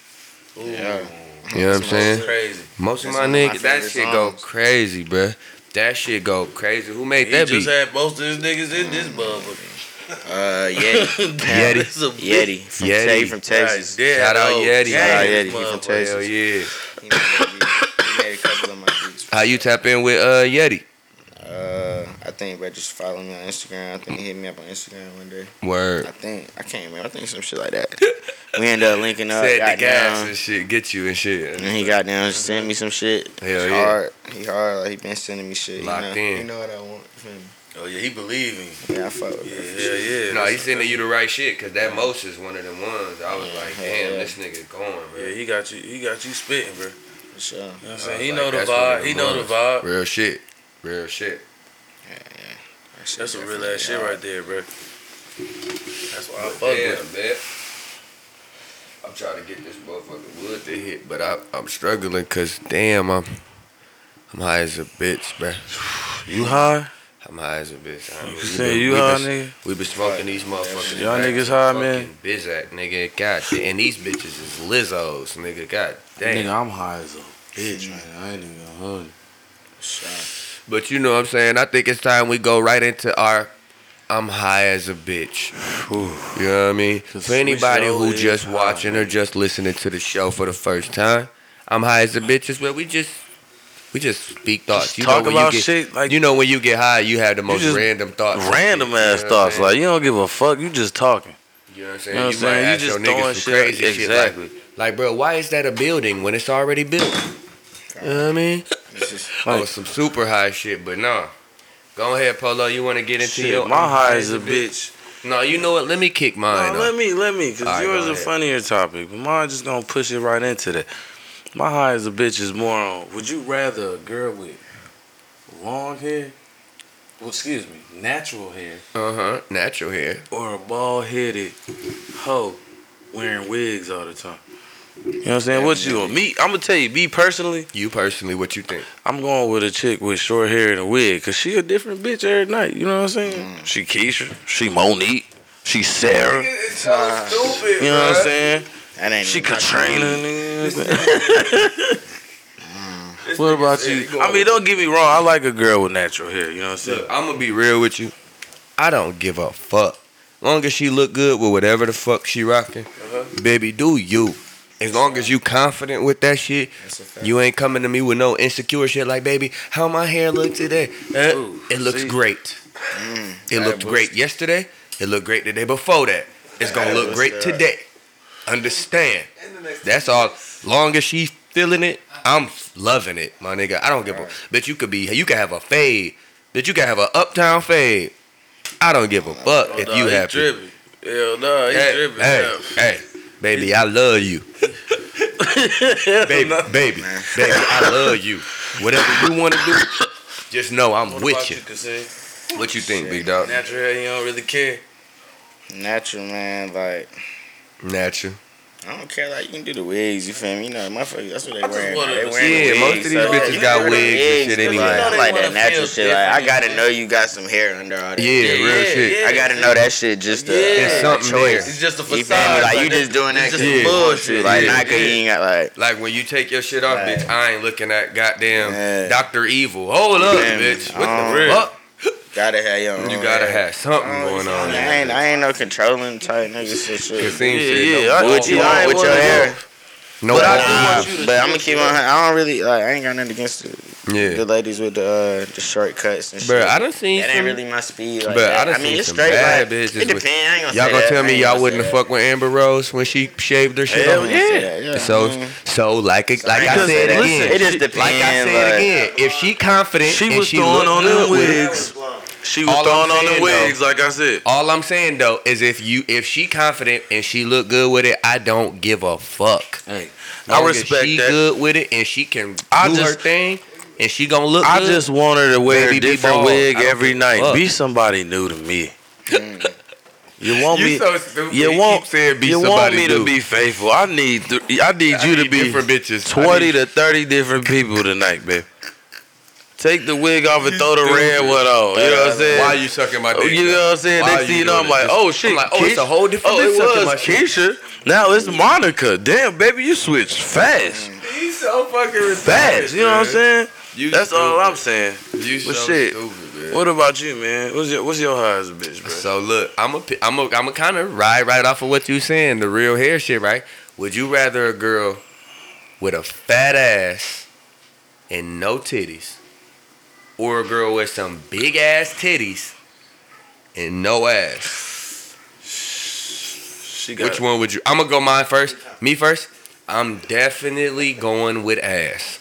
Yeah.
You know what I'm
That's
saying?
Crazy.
Most of
That's
my
one of my
niggas, that
favorite
shit go
songs.
crazy, bro. That shit go crazy. Who made
He
that
just
beat?
had most of his niggas in this motherfucker.
Uh, Yeti.
Damn,
Yeti.
it's a bitch
Yeti. From
Yeti.
Yeti. from Texas.
right there,
Shout out
though.
Yeti.
Shout out
Dang,
Yeti. He from
motherfucker.
Texas.
Hell yeah.
He made a beat. He made a couple of my beats.
How you tap in with uh Yeti?
Uh, I think bro just follow me on Instagram. I think he hit me up on Instagram one day.
Word.
I think I can't remember. I think some shit like that. We ended up linking up.
Said
got
the gas
down,
and shit, get you and shit.
and he got down and sent me some shit.
Hell
He
yeah.
hard. He hard. Like he been sending me shit.
Locked
you know,
in.
You know what I want. you feel me?
Oh yeah, he believe in.
Yeah, I fuck with
Yeah,
him.
hell yeah.
No, he's sending you the right shit because that most is one of the ones. I was like, damn, this nigga going,
Yeah,
bro.
he got you. He got you spitting, bro. You know
For sure.
what I'm
I was
saying? He
like,
know the
that's one of
vibe.
the
He know the
ones.
vibe.
Real shit. Real shit.
That's some real ass shit right there, bro. That's why I fuck with him.
Damn, man. I'm trying to get this motherfucking wood to hit, but I, I'm struggling because, damn, I'm, I'm high as a bitch, bro.
You high?
I'm high as a bitch. I mean, we
Say
been-
you
we
high,
been-
nigga?
We been smoking these motherfuckers.
Y'all
back
niggas
to
high,
fucking
man?
Bizac, nigga. God damn. And these bitches is Lizzos, nigga. God damn.
Nigga, I'm high as a bitch right now. I ain't even gonna hold you.
But you know what I'm saying? I think it's time we go right into our I'm high as a bitch. You know what I mean? For
we
anybody
sure
who
is
just
high.
watching or just listening to the show for the first time, I'm high as a bitch is where we just we just speak thoughts.
Just talk
when
about
you get,
shit like-
you know when you get high, you have the most
just
random thoughts. and
Random
shit, you
ass
know what I'm
thoughts.
saying?
Like you don't give a fuck. You just talking.
You know what I'm
You know
saying?
what
You
I'm saying? You
might ask your
just throwing
niggas some
shit-
crazy shit like,
exactly.
like, bro, why is that a building when it's already built? You know what I mean? oh,
Like-
some super high shit, but nah. Go ahead, Polo. You want to get into
Shit,
your
my
I'm
high is a bitch.
No, you know what? Let me kick mine.
No,
off.
let me, let me, because
All right,
yours
go
a
ahead.
funnier topic. But mine just gonna push it right into that. My high as a bitch is more on. Would you rather a girl with long hair, well, excuse me, natural hair,
Uh huh. Natural hair.
or a bald headed hoe wearing wigs all the time? You know what I'm saying? What you on? Me, I'm gonna tell you. Me personally,
You personally, what you think?
I'm going with a chick with short hair and a wig, cause she a different bitch every night. You know what I'm saying?
Mm,
She Keisha, she Monique, she Sarah.
It's so stupid.
You know what I'm saying?
That ain't
She
even like-
Katrina. nigga. what about you? I mean, don't get me wrong. I like a girl with natural hair. You know what I'm saying?
I'm gonna be real with you. I don't give a fuck. Long as she look good with whatever the fuck she rocking, baby, do you? As long as you confident with that shit, you ain't coming to me with no insecure shit like, baby, how my hair look today? Eh,
Ooh,
it looks
see?
great. it looked great yesterday. It looked great the day before that. It's gonna look great today. Understand? That's all. Long as she feeling it, I'm loving it, my nigga. I don't give a. But you could be. You could have a fade. But you could have a uptown fade. I don't give a fuck if you
Nah,
happy.
Oh, He dripping. Hell no, he
hey,
dripping.
hey, hey, baby, I love you. baby, baby, baby, I love you. Whatever you want to do, just know I'm
What
with
about
you.
Kassim?
What you think, big dog?
Natural hair, you don't really care.
Natural, man. Like,
Natural.
I don't care. Like, you can do the wigs, you feel me? You know, motherfuckers, that's what they wearing.
wanna-
They wearing
Yeah,
the
most
wigs,
of these
so,
bitches
you
got
know, the
wigs and shit
but,
anyway.
like, I
They
like
wanna
that natural
feel
shit. Like, I
different.
gotta know you got some hair under all that.
Yeah, real
yeah,
shit.
yeah.
I gotta know that shit just to.
Yeah. There's
uh,
something
choice.
there.
It's just a
You feel me?
facade.
Like, you just doing that
it's
because
just
you want
bullshit.
to. Like,
Yeah,
not because you
yeah.
ain't got, like.
Like when you take your shit off,
Right.
bitch, I ain't looking at goddamn
Yeah.
Doctor Evil. Hold up,
Yeah,
bitch.
man.
What
Um,
the fuck?
Gotta have your own.
You gotta
hair.
have something
I don't-
going on.
I ain't, I ain't no controlling type nigga so shit.
Kasim said
yeah,
no
I-
ball.
What you want with your hair?
No
But,
ball.
I,
want you to
but I'm gonna
dress
keep on. I don't really like. I ain't got nothing against the,
Yeah.
the ladies with the uh, the shortcuts and shit.
Bro, I done seen
that ain't
some.
really my speed. Like
Bruh, I
that.
done
I,
seen
mean, it's
some
straight.
bad
Like, it
bitches with-
depends. I ain't gonna
Y'all
say
gonna
that.
tell
I
me
ain't
y'all
gonna
wouldn't
say
have fucked with Amber Rose when she shaved her
that.
shit
Hell
off?
yeah. yeah.
So,
mhm.
so like, it, like I
Because
said
listen,
again,
it just depends,
Like I said
like-
again, if she confident,
She
and
was
she
throwing
look
on
good
them
with it,
wigs. She was
All I'm
throwing on them
saying,
wigs, like I said.
All I'm saying though is if you if she confident and she look good with it, I don't give a fuck.
Hey,
Long
I
as
respect
she
that.
good with it and she can do
I just-
her thing and she gonna look
I
good.
just want her to wear
Baby,
a
be
different
bald.
wig
I don't
every
give a
night.
fuck. Mm.
Be somebody new to me. You want me?
stupid.
you want? you want me to
dude.
be faithful? I need. Th- I need
I
you to
need
be
different bitches. I
twenty
need-
to thirty different people tonight, babe. Take the wig off and throw the
stupid. Uh,
red one on. You know what I'm saying?
Why you sucking my
Oh,
dick?
you know
though?
what I'm saying?
Why
Next
you
thing you know,
doing
I'm like,
this?
oh shit.
I'm like, oh, it's a
Keisha-
whole different
Oh,
bitch
it
sucking
was
my shit.
Keisha. Now it's Monica. Damn, baby, you switched fast.
He's so fucking
Fast. You know what I'm saying?
You
That's all
stupid.
I'm saying.
You
But
so
shit,
stupid, man.
What about you, man? What's your what's your highest bitch, bro?
So look, I'm a, I'm a, I'm a kind of ride right off of what you saying, the real hair shit, right? Would you rather a girl with a fat ass and no titties, or a girl with some big ass titties and no ass?
She got
Which one would you? I'm gonna go mine first. Me first. I'm definitely going with ass.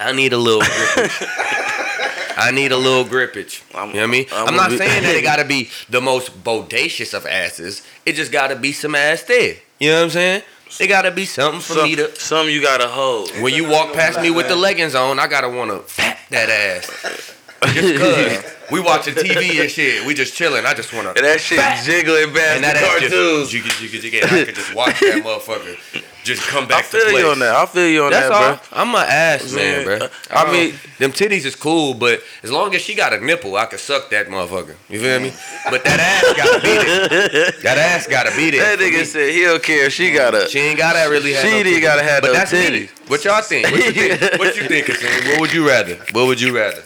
I need a little grippage. I need a little grippage.
I'm-
you know what I mean?
I'm
I'm, not
gonna be-
saying that it gotta be the most bodacious of asses. It just gotta be some ass there. You know what I'm saying? It gotta be something for
some,
me to.
some you gotta hold.
When you walk past me with the leggings on, I gotta wanna pat that ass. Just cause we watching TV and shit, we just chilling. I just wanna
And that shit jiggling back
and that
the
ass
cartoons.
just, you could, you could, you could, I could just watch that motherfucker just come
I
back to
feel
play.
you on that. I feel you on
That's
that,
all. I'm an ass man,
Man,
bro.
uh, I
don't-
mean-
them titties is cool, but as long as she got a nipple, I could suck that motherfucker. You feel me? But that ass gotta beat it. That ass gotta beat it.
bro. That nigga said he don't care. if She got
She
a.
ain't gotta really have.
She
no
ain't
titties.
gotta have
But
no
that's me.
titties.
What y'all think? What you think? What you think, Kasim? What would you rather? What would you rather?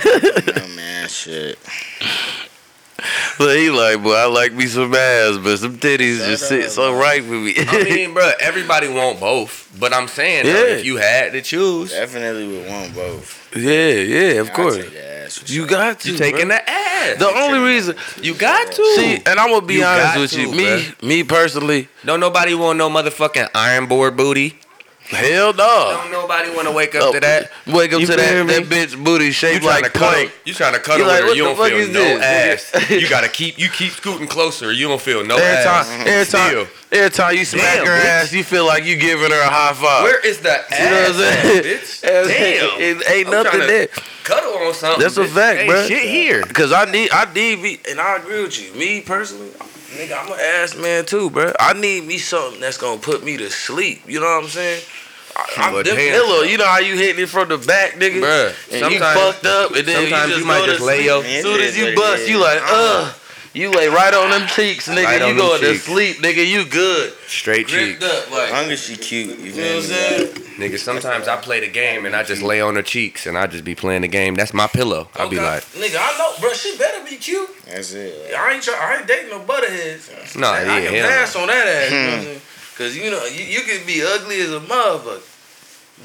Oh, man, shit.
But he like, boy, I like me some ass, but some titties just sit so right with me.
I mean, bro, everybody want both, but I'm saying though,
Yeah.
if you had to choose,
Definitely would want both.
yeah, yeah, of
I'd
course.
take the ass for
You got to.
you taking
bro.
the ass.
The only reason
You got to.
See, and I'm gonna be
You
honest
got
with
to,
you. Me, me personally,
Don't nobody want no motherfucking iron board booty.
Hell no.
Don't nobody want to wake
Oh.
up to that.
Wake up
You
to
feel
that,
me?
that bitch booty
You
shaped
trying
like
to cuddle?
plank.
You trying to cuddle
You like,
her?
what
You
the
don't
fuck
feel
is
no
this?
ass. you gotta keep. You keep scooting closer. You don't feel no
Every
ass.
time, every time,
Still.
every time you smack
Damn,
her
bitch.
ass, you feel like you giving her a high five.
Where is the ass?
you know what I'm saying?
at, bitch?
It,
Damn.
it ain't
I'm
nothing
tryna-
there.
Cuddle on something.
That's a
bitch.
fact,
Ain't
bruh.
Shit here.
Cause I need, I need me, and I agree with you. Me personally, I'm- nigga, I'm an ass man too, bruh. I need me something that's gonna put me to sleep. You know what I'm saying? I, I'm
But
them
damn,
pillow. You know how you hitting it from the back, nigga.
Bruh,
and you
sometimes-
fucked up, and then
sometimes
you, just
you might
go to
just lay
sleep.
your-
As soon
It
as
is
you
what it
bust,
is.
you like, ugh. You lay right on them cheeks, nigga.
Right on
you
them
going
cheeks.
to sleep, nigga. You good.
Straight cheek.
Gripped up, like.
As long as she cute, you
You know
feel
what I'm
me?
saying?
Nigga, sometimes I play the game and I just lay on her cheeks and I just be playing the game. That's my pillow. I be
Okay.
like,
nigga, I know, bro. She better be cute.
That's it.
I ain't, try, I ain't dating no butterheads.
nah,
I, I
yeah,
can
hell.
pass on that ass. You know what I'm saying? Cause you know, you, you can be ugly as a motherfucker.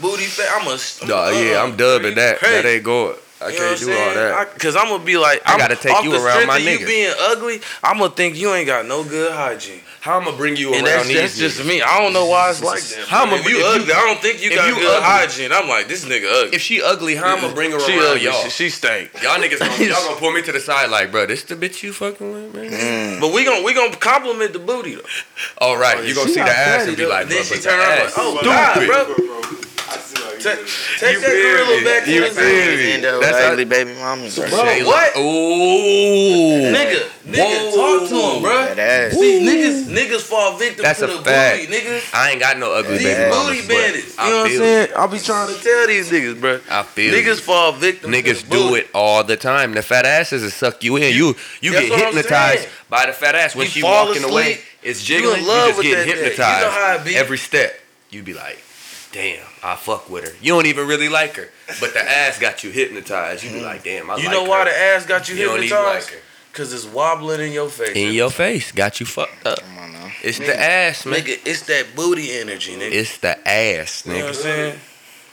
Booty fat. I'm a. st-
Nah, yeah, I'm dubbing that. That ain't going. I
Uh, You know
can't
what
do
I'm
all
saying?
that.
I- Cause I'm gonna be like,
I
I'm,
gotta take
off
you
the
around
strength
my
of You
nigga.
being ugly, I'm gonna think you ain't got no good hygiene.
How I'ma bring you
And
around
that's,
these?
that's just me. I don't know why it's like that.
How
bro.
I'ma-
if you
if you-
ugly, I don't think you
if
got
you
good
ugly-
hygiene. I'm like, this nigga ugly.
If she ugly, how I'ma bring her
she
around
ugly,
y'all?
she, she stank.
Y'all niggas, gonna, y'all gonna pull me to the side like, bro, this the bitch you fucking with, man.
But we gon' we gon' compliment the booty though.
All right, you gonna
Oh, She
see the
not
ass
pretty,
and be
though.
like, bro,
then
but
she
the
turn around like,
ass
oh
is
God,
stupid.
bro. Take, take that gorilla
me?
back
You
to the
feel
side.
me?
End up
That's
with
how-
ugly baby mama.
Bro,
Shayla.
what?
Ooh,
Nigga, nigga,
Whoa.
talk to him, bro.
That ass.
See, niggas, niggas fall victim
That's
to
a
the
fact.
booty, nigga.
I ain't got no ugly
These
baby mamas,
booty
but
bandits. You
I
know what I'm
feel
saying? I'll be trying to tell these niggas, bro.
I feel
Niggas fall victim. to
Niggas
the
do
booty.
it all the time. The fat asses will suck you in. You you
That's what
get
I'm
hypnotized
saying.
by the fat ass when
You
she
fall
walking
asleep,
away. It's jiggling. You,
love
just
with
get
that
hypnotized
dick. You know how it be.
every step. You be like, damn, I fuck with her. You don't even really like her, but the ass got you hypnotized. You be like, damn, I
You
like
know why
her.
the ass got you
You don't even like
hypnotized?
her.
Cause it's wobbling in your face.
In your face, got you fucked up.
Come on now.
It's the ass, man.
nigga, it's that booty energy, nigga.
It's the ass,
You know what I'm
nigga.
saying?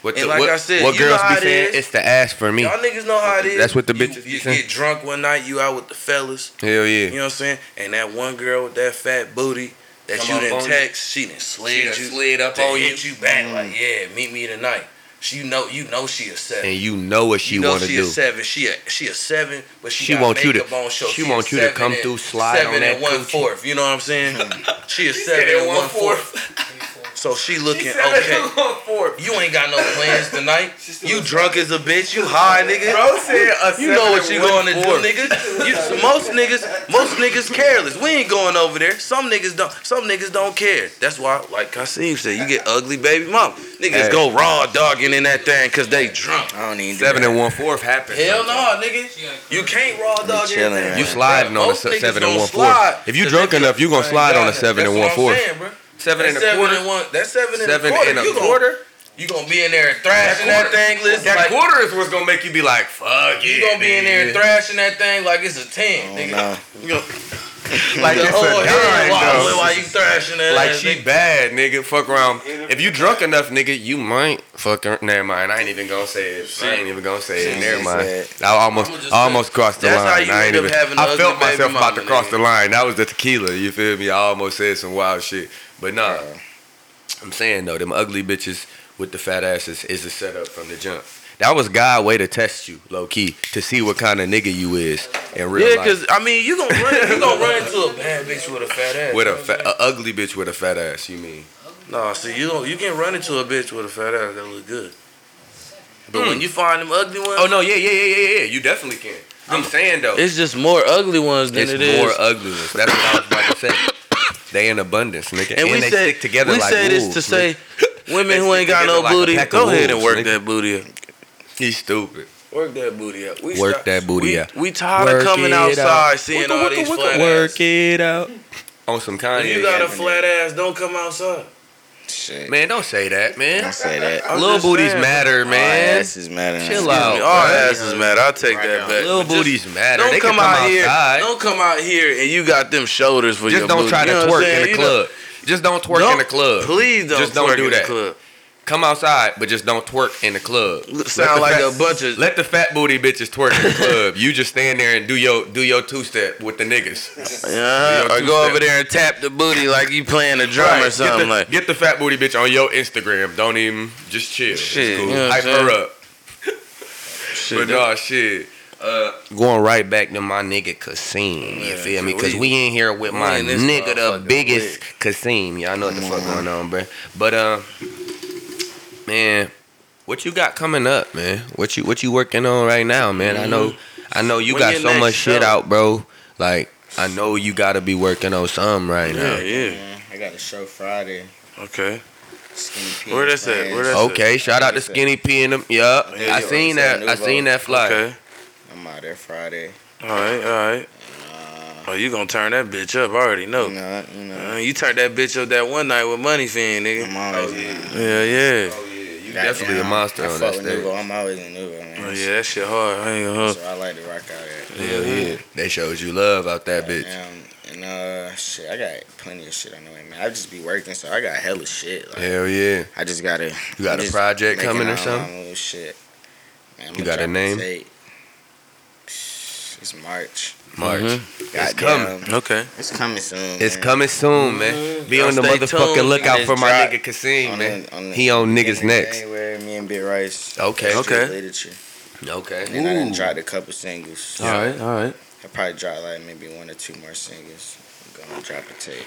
What,
And like
what,
I said,
what
you
girls
know
be
how it
saying?
is.
It's the ass for me.
Y'all niggas know how it is.
Mm. That's what the
You-
bitches be
You,
saying.
get drunk one night, you out with the fellas.
Hell
You
yeah.
know what I'm saying? And that one girl with that fat booty that
Come
you
up
didn't
on
text, she done slid
She
you,
done slid up
to
on Oh, you,
hit you back. Like, yeah, meet me tonight. She you know you know she a seven.
and you know what she
you know
want to
she
do.
a seven. She a she a seven, but she,
She
got
want you to-
makeup on show.
she
a
want you to
seven
come
and-
through, slide
seven
on that
and one
coochie. Hmm.
fourth. You know what I'm saying? she a
said
seven
it
and
one
one fourth. So she looking okay. You ain't got no plans tonight. You drunk as a bitch. You high, nigga. You know what you going to do, nigga. You, most niggas, most niggas careless. We ain't going over there. Some niggas don't. Some niggas don't care. That's why, like Kasim said, you get ugly baby mom. Niggas
Hey.
go raw dogging in that thing because they drunk.
I don't even do
Seven
that.
and one fourth happens.
Hell no, nigga. You can't raw dog
chilling,
in that.
man.
You sliding on a
Most
se-
niggas
seven and
gonna
one fourth.
slide
If you
'cause
drunk
they be-
enough, you gonna slide on a seven
That's what
and one
I'm
fourth.
saying, bro.
Seven and
That
a
seven
quarter.
and one. That seven and
Seven
a quarter.
and a
you gonna-
quarter.
You gonna be in there thrashing that, thing, listen.
That
like,
quarter is what's gonna make you be like, fuck
You
yeah,
gonna be in there
nigga.
thrashing that thing like it's a ten,
Oh,
nigga.
no.
You gonna- Oh,
like
the
it's
whole
a dime,
head wobbling
though.
while you thrashing that.
Like
ass,
she
nigga.
bad, nigga. Fuck around. If you drunk enough, nigga, you might fuck her. Never mind. I ain't even gonna say it. I ain't even gonna say it. Never mind. I almost,
I'ma just
I almost crossed the
that's how
line.
you
I
end
ain't
up
even.
having an
I
ugly
felt
baby
myself about
mama,
to cross
nigga.
the line. That was the tequila. You feel me? I almost said some wild shit, but nah. I'm saying though, them ugly bitches with the fat asses is a setup from the jump. That was God way to test you, low key, to see what kind of nigga you is in real
Yeah,
life.
cause I mean you gonna run, you gonna run into a bad bitch with a fat ass.
with a, fa- a ugly bitch with a fat ass, you mean?
Nah, see you don't, you can run into a bitch with a fat ass that look good. But when you find them ugly ones,
Hmm. Oh no, yeah, yeah, yeah, yeah, yeah. You definitely can. I'm saying though,
it's just more ugly ones than
it's
it's
more ugliness. That's what I was about to say. They in abundance, nigga, and,
and we
they
said
stick together
we
like
said this
wolves,
to
nigga.
say women
They
who ain't
stick
got
together
no
like a
booty,
pack of
go ahead and
wolves,
work
nigga.
that booty up.
He's stupid.
Work that booty up. We
Work that booty
we,
up.
We tired
Work
of coming
it out.
outside seeing
Wicka,
all
wicka,
these
wicka.
flat
Work
ass.
it out. On some
When
Kanye.
you got a
shit.
flat ass, don't come outside.
Shit.
man, don't say that, man.
Don't say that.
I'm
Little
just
booties
saying.
matter,
Our
man.
ass is mad at
Chill
us.
out.
All our
bruh.
asses mad. I'll take
Right
that
now.
back.
Oh, Little
But just
booties matter.
Don't
They
come,
can come
out here.
outside.
Don't come out here and you got them shoulders for your
Just don't
booty.
try to
You know what I'm
twerk in
saying?
the
You know-
club. Just don't twerk in
Don't-
the club.
Please don't
Just don't
twerk
do
in the
that.
club.
Come outside, but just don't twerk in the club. Let
Sound
the
like
fat-
a bunch of-
Let the fat booty bitches twerk in the club. You just stand there and do your do your two step with the niggas.
Yeah,
Yo,
or
two
go
step.
over there and tap the booty like you playing a drum
Right.
or something
Get the,
like.
get the fat booty bitch on your Instagram. Don't even just chill.
Shit,
Shit, cool.
you know what
hype
I'm saying?
her up.
Shit,
but
that-
nah, shit. Uh, going right back to my nigga Kasim, you feel me? Cause we in here with my
in this
nigga, the
motherfucker
biggest Kasim. Y'all know what the fuck going on, bruh. But uh, man, what you got coming up, man? What you what you working on right now, man? I know, I know you
When
got
your
so
next
much shit
show?
out, bro. Like I know you got to be working on something right now.
Yeah, yeah.
Yeah, I got a show Friday.
Okay.
Skinny P.
Where that's at? Where that's at?
Okay, shout out to Skinny P and them. Yup,
Yeah,
I
you
seen
already said
that. I
Nuvo.
seen that fly.
Okay.
I'm out there Friday.
All right. All right.
Uh,
Oh, you gonna turn that bitch up? I already know.
you know, you
Uh,
know.
you turned that bitch up that one night with Money Fiend,
I'm
nigga.
always. in-
Yeah, yeah.
Oh yeah, you
Goddamn,
definitely a monster
Oh, I
on
fuck
that
with
stage.
Nuvo. I'm always in Nuvo, man.
Oh, yeah, that shit hard. I ain't gonna.
So I like to rock out at.
Hell yeah, they showed you love out that bitch.
Um, and uh, shit, I got plenty of shit on the way, man. I just be working, so I got hella shit. Like,
Hell yeah,
I just gotta.
you got
I'm
a
just
project
making
coming
all
or
my
something?
own little shit. Man, I'm
You
gonna
got a
drop this
name?
eight. It's March.
March.
Goddamn.
coming.
Okay.
It's coming soon.
It's
man.
coming soon,
Mm-hmm.
man. Be
Y'all
on the
stay
motherfucking
tuned.
lookout
Niggas
for my
drop
nigga Kasim,
on
man.
the- the
He on
beginning
niggas
of
next.
January, me and Bit Rice.
Okay,
Just
Okay.
Literature. And then I done
okay.
dropped a couple singles.
All right. All right.
I probably dropped like maybe one or two more singles. I'm gonna drop a tape.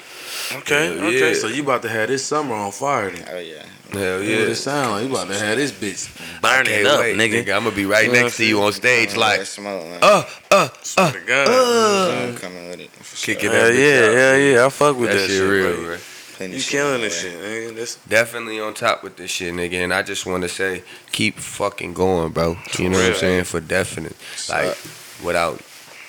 Okay.
Hell
Okay.
yeah.
So you about to have this summer on fire? Then.
Oh yeah.
Ooh, hell
Yeah. What
yeah.
it sound like? You about to have this bitch
I
burning
can't
up,
wait,
nigga.
I'm gonna be right
You know
next to you on stage,
Oh,
like,
that's smoke, man.
uh, uh, uh.
The gun.
I'm coming with it. for
Kick
sure.
it that
Hell
bitch
yeah,
out.
hell yeah. I fuck with
That
that,
shit real,
bro.
bro.
Plenty
You
shit on
killing
the
this
way.
shit, nigga. That's
definitely on top with this shit, nigga. And I just want to say, keep fucking going, bro. You know what I'm
real.
saying? For definite, like without,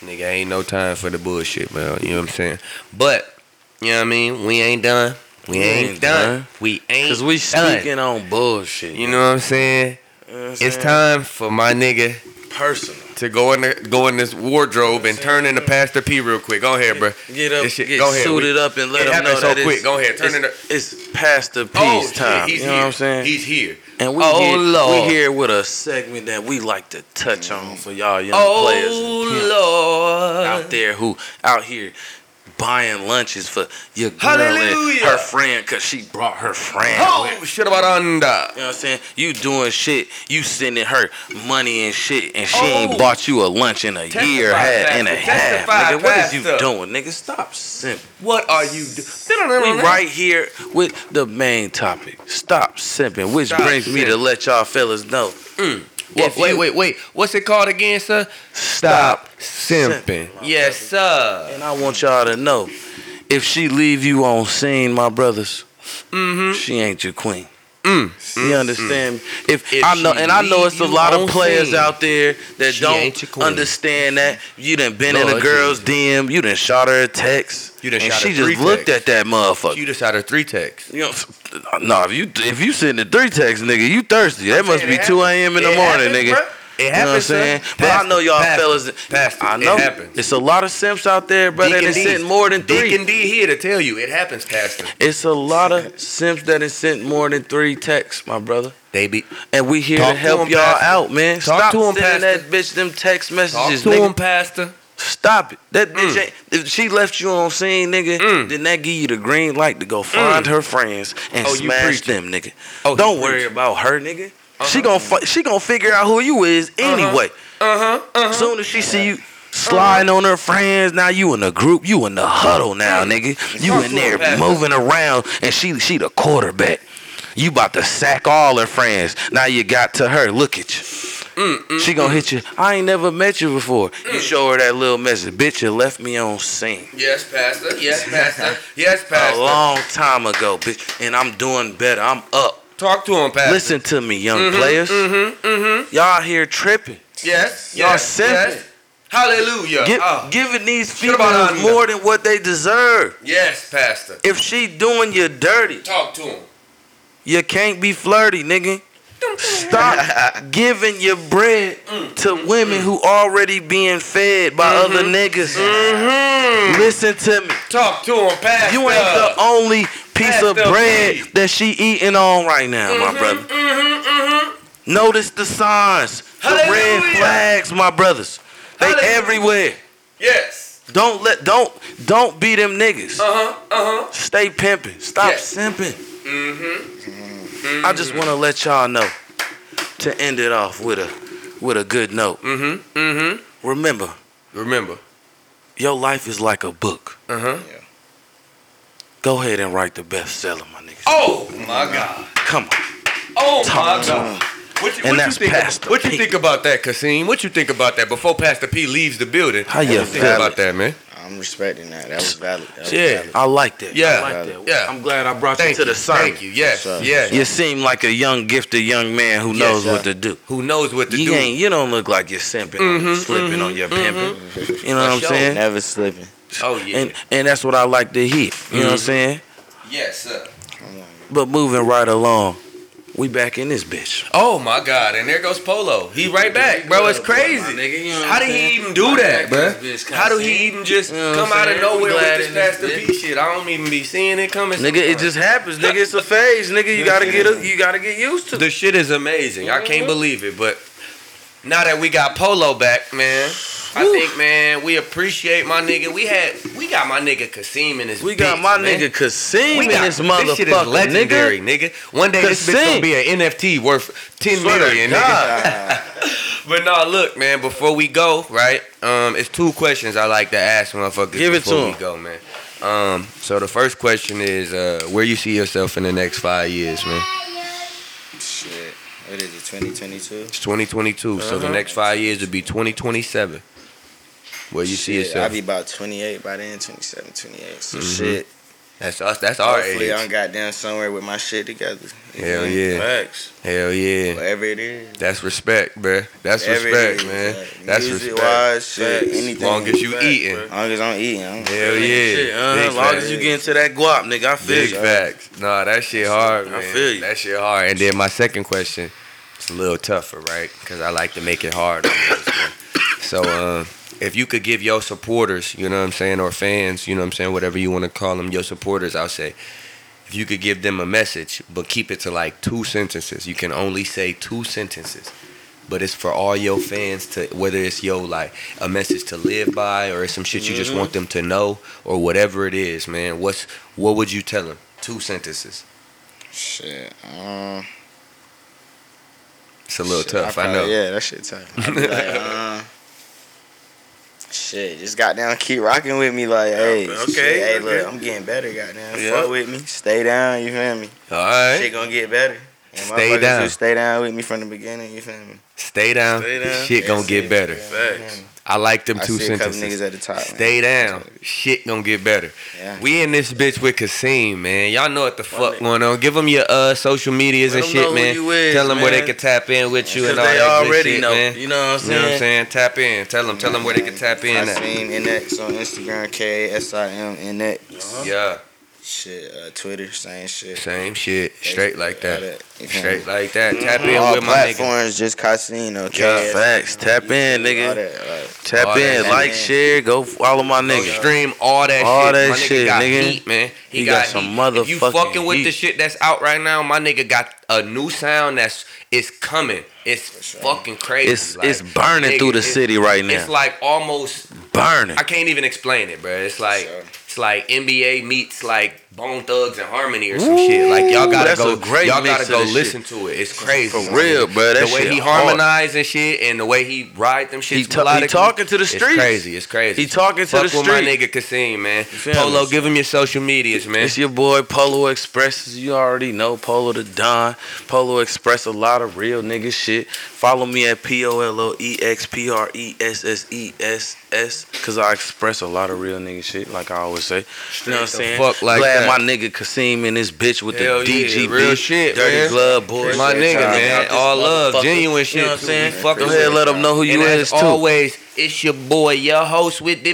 nigga, ain't no time for the bullshit, man. You know what I'm saying? But you know what I mean? We ain't done. We ain't, done. We ain't.
Cause we
done.
speaking on bullshit.
You know what I'm saying?
know what I'm
It's
saying?
time for my nigga
personal.
to go in the, go in this wardrobe and turn into Pastor P real quick. Go ahead, bro.
Get up,
This shit-
get
go ahead. We-
suited up, and let
it
them
happened
know
so
that
quick.
it's,
Go ahead. Turn
it's, It's past the peace
Oh, shit,
time.
he's
you know
here.
what I'm saying?
He's here.
and we
Oh,
here,
Lord.
we here with a segment that we like to touch on for y'all young players and kids
Oh Lord.
out there who out here buying lunches for your girl and
Hallelujah.
her friend because she brought her friend. with her.
Oh, shit about under.
You know what I'm saying? You doing shit, you sending her money and shit, and she
Oh.
ain't bought you a lunch in a
Testify,
year, half, and a
Pastor.
half.
Testify,
Nigga, what is you
Pastor.
doing, nigga? Stop simping.
What are you
We
doing?
right here with the main topic. Stop simping, which
Stop
brings me to
simping.
let y'all fellas know.
What,
If
wait,
you-
wait, wait. What's it called again, sir?
Stop
simping. Yes, sir.
And I want y'all to know, if she leave you on scene, my brothers,
Mm-hmm.
she ain't your queen.
Mm.
You understand? me? If,
If
I know,
she
and I know it's a
leave you
lot
on
of players
scene,
out there that
she ain't your
don't
queen.
understand that. You done been in a
Lord
girl's DM. You done shot her a text.
You done
and
shot
she
her
just
three
looked
texts.
at that motherfucker.
You just had her three texts.
You know, no, if you if you send the three texts, nigga, you thirsty. That
I'm
must
saying
be
it
two
happens.
a.m. in the
It
morning,
happens,
nigga.
bruh. It
You know what I'm
happens,
saying?
sir.
But I know y'all
Pastor,
fellas.
Pastor,
I know
It happens.
it's a lot of simps out there, but that
Deacon
is
D-
sent more than three.
Deacon D here to tell you it happens, Pastor.
It's a lot of simps that is sent more than three texts, my brother.
They be
And we here
Talk
to
to
help
him,
y'all
Pastor.
out, man.
Talk
Stop
to him,
sending
Pastor.
that bitch them text
talk
messages,
to
nigga.
him, Pastor.
Stop it. That bitch ain't. If she left you on scene, nigga,
Mm.
then that give you the green light to go find her friends and
Oh, you
smash
preaching.
them, nigga.
Oh, you
Don't worry
preaching.
about her, nigga. She
Uh-huh.
gon' fi- she gon' figure out who you is anyway.
Uh huh. Uh huh.
Soon as she see you sliding on her friends, now you in the group, you in the huddle now, nigga. You
Talk
in
to her,
there
Pastor.
moving around, and she she the quarterback. You about to sack all her friends. Now you got to her. Look at you. she gonna hit you. I ain't never met you before.
Mm.
You show her that little message, bitch. You left me on scene
Yes, Pastor. Yes, Pastor. Yes,
a
Pastor.
long time ago, bitch. And I'm doing better. I'm up.
Talk to him, Pastor.
Listen to me, young players.
Mm-hmm. Mm-hmm.
Y'all here tripping.
Yes.
Y'all
yes,
simping.
yes. Hallelujah.
Gi-
Oh,
Giving these
Should've bought
females
Adidas.
more than what they deserve.
yes, Pastor.
If she doing you dirty,
Talk to him.
you can't be flirty, nigga. Stop giving your bread to women who already being fed by other niggas.
Mm-hmm.
Listen to me.
Talk to him, Pastor.
You ain't the only piece of
That's the Mm-hmm.
bread
meat.
that she eating on right now, my brother.
mm-hmm.
Notice the signs, the red
Hallelujah.
flags, my brothers. They
Hallelujah.
everywhere.
Yes.
Don't let don't don't be them niggas.
Uh huh. Uh huh.
Stay pimping. Stop
Yes.
simping.
Mm-hmm,
I just want to let y'all know to end it off with a with a good note.
Mm hmm. Mm
Remember,
hmm. Remember.
your life is like a book.
Uh huh.
Go ahead and write the bestseller, my niggas.
Oh my God.
Come on.
Oh
Talk
my
to
God. What you,
And
what
that's
you think,
Pastor
What you
P.
think about that, Kasim? What you think about that before Pastor P leaves the building?
How
what
you
think
feel?
about that, man?
I'm respecting that. That was valid. That was
Yeah.
valid.
I like that. I
Yeah.
like that.
Yeah.
I'm glad I brought
Thank
you to
you.
the sermon.
Thank you. Yes.
Sir.
Yes.
You seem like a young, gifted young man who
Yes,
knows
sir.
what to do.
Who knows what to
You
do?
ain't. You don't look like you're simping, or
Mhm,
slipping, or you're pimping. You know
mm-hmm. For
what I'm
sure.
saying?
Never slipping.
Oh yeah.
And and that's what I like to hear. You know what
Mm-hmm.
I'm saying?
yes, sir.
But moving right along, we back in this bitch.
Oh my God! And there goes Polo. He right back, bro. It's crazy.
Nigga, you know what
How
I'm
did he
saying?
even do that, bro? How do he even just
You know what
come
I'm
out of
saying? We
nowhere
glad
with
in
this
this
Pastor
bitch.
P shit? I don't even be seeing it coming.
Nigga, it
sometimes.
just happens. Nigga, it's a phase. Nigga, you gotta get a, you gotta get used to.
the shit is amazing. I
Mm-hmm.
can't believe it, but now that we got Polo back, man, I think man we appreciate my nigga. We had we got my nigga Kasim in this.
We got
bitch,
my
man.
nigga Kasim
We
in
got
this motherfucker,
shit is legendary,
nigga.
nigga. One day this bitch
Kasim.
gonna be an NFT worth ten
Swear to
million, nigga.
God.
But no, look, man. Before we go, right? Um, it's two questions I like to ask motherfuckers
Give it to
before we
'em.
go, man. Um, so the first question is, uh, where you see yourself in the next five years, man?
Shit. What is it? 2022.
It's 2022, so
Uh-huh.
the next five years would be 2027. Where you see
Shit, I'll
yourself?
be about 28 by then, 27, 28. So
Mhm.
shit.
that's us. That's our
Hopefully,
age.
I'm goddamn somewhere with my shit together. You
Hell
know?
yeah.
Facts.
Hell yeah.
Whatever it is.
That's respect, bruh. That's
Whatever
respect,
it is,
man.
like,
That's
music
respect.
wise, shit,
Facts.
anything.
Long as you
Facts,
eating.
As long as I'm eating, I'm
Hell yeah.
Shit, uh,
Big
as long
facts.
as you get into that guap, nigga, I feel
Big
you.
facts. Nah, that shit hard, man.
I feel you.
That shit hard. And then my second question, it's a little tougher, right? Because I like to make it hard. on niggas, man. so, um, if you could give your supporters, you know what I'm saying, or fans, you know what I'm saying, whatever you want to call them, your supporters, I'll say, if you could give them a message, but keep it to like two sentences. You can only say two sentences. But it's for all your fans to whether it's yo like a message to live by or it's some shit you just
Mm-hmm.
want them to know or whatever it is, man. What's what would you tell them? Two sentences.
Shit. Um,
It's a little
shit,
tough. I,
probably-
know.
Yeah, that shit tough. I be like, uh, Shit, just goddamn keep rocking with me, like, hey,
okay,
okay, hey,
okay.
look, I'm getting better, goddamn,
Yeah.
fuck with me, stay down, you feel me?
All right.
Shit gonna get better. And
Stay
motherfuckers
down.
Who stay down with me from the beginning, you feel me?
Stay down.
Stay down.
Shit gonna
That's
get
it,
better.
yeah,
Facts.
yeah.
I like them
I
two
see a couple
sentences.
niggas at the top. man.
Stay down. Shit gonna get better.
Yeah.
We in this bitch with Kasim, man. Y'all know what the fuck going on. Give them your uh social medias
Let 'em
and shit,
know who
man.
you is,
Tell them where they
man.
can tap in with you
Because
and all
they
that good
already
shit,
know.
man.
You know what I'm
You know what
saying?
I'm saying? Tap in. Tell them. Tell them where they can tap in.
I
at.
seen NX on Instagram, K S I M NX.
Yeah.
Shit, uh, Twitter, same shit.
Same shit. Straight like
All
that.
you feel me?
Straight like that. Tap in
All
with my nigga.
platforms just Casino.
Yeah, facts. Tap in, nigga. Tap
All
in,
that,
like,
man.
share, go follow my nigga.
Go Oh, stream all that
All
shit.
that
my nigga
shit,
got
nigga.
heat, man. He,
He
got,
got some
heat. If you
motherfucking
fucking with the
heat.
shit that's out right now, my nigga got a new sound that's it's coming. It's fucking crazy.
It's it's burning
nigga,
through the
it's-
city right
It's
now.
like almost
burning.
I can't even explain it, bro. It's like
Sure.
it's like NBA meets like Bone Thugs and Harmony or some shit. Like y'all gotta
that's
go,
a great
y'all
mix
gotta
of
go
this
listen to it. It's crazy
For real, bro. That
the way
shit
he
hard.
harmonized and shit, and the way he ride them shit.
He ta- he talking to the
It's
streets.
crazy. It's crazy.
He talking to
Fuck
the
with my
streets.
nigga Kasim, man.
feel
Polo,
me?
give him your social medias, man.
It's your boy Polo Express. as You already know Polo the Don. Polo Express, a lot of real nigga shit. Follow me at P O L O E X P R E S S E S S. Cause I express a lot of real nigga shit, like I always say. You know what I'm
Straight the
saying?
fuck like
Glad
that.
my nigga Kasim in this bitch with
Hell yeah,
the DGB.
real shit,
Dirty
man.
Glove Boys.
my
Appreciate
nigga,
y'all.
man.
Out this
All love,
motherfucker.
genuine shit.
You know what I'm
too.
saying?
We
Go
fucking
ahead,
with
let them know who
it.
you
and
is
as
too.
always, It's your boy, your host with the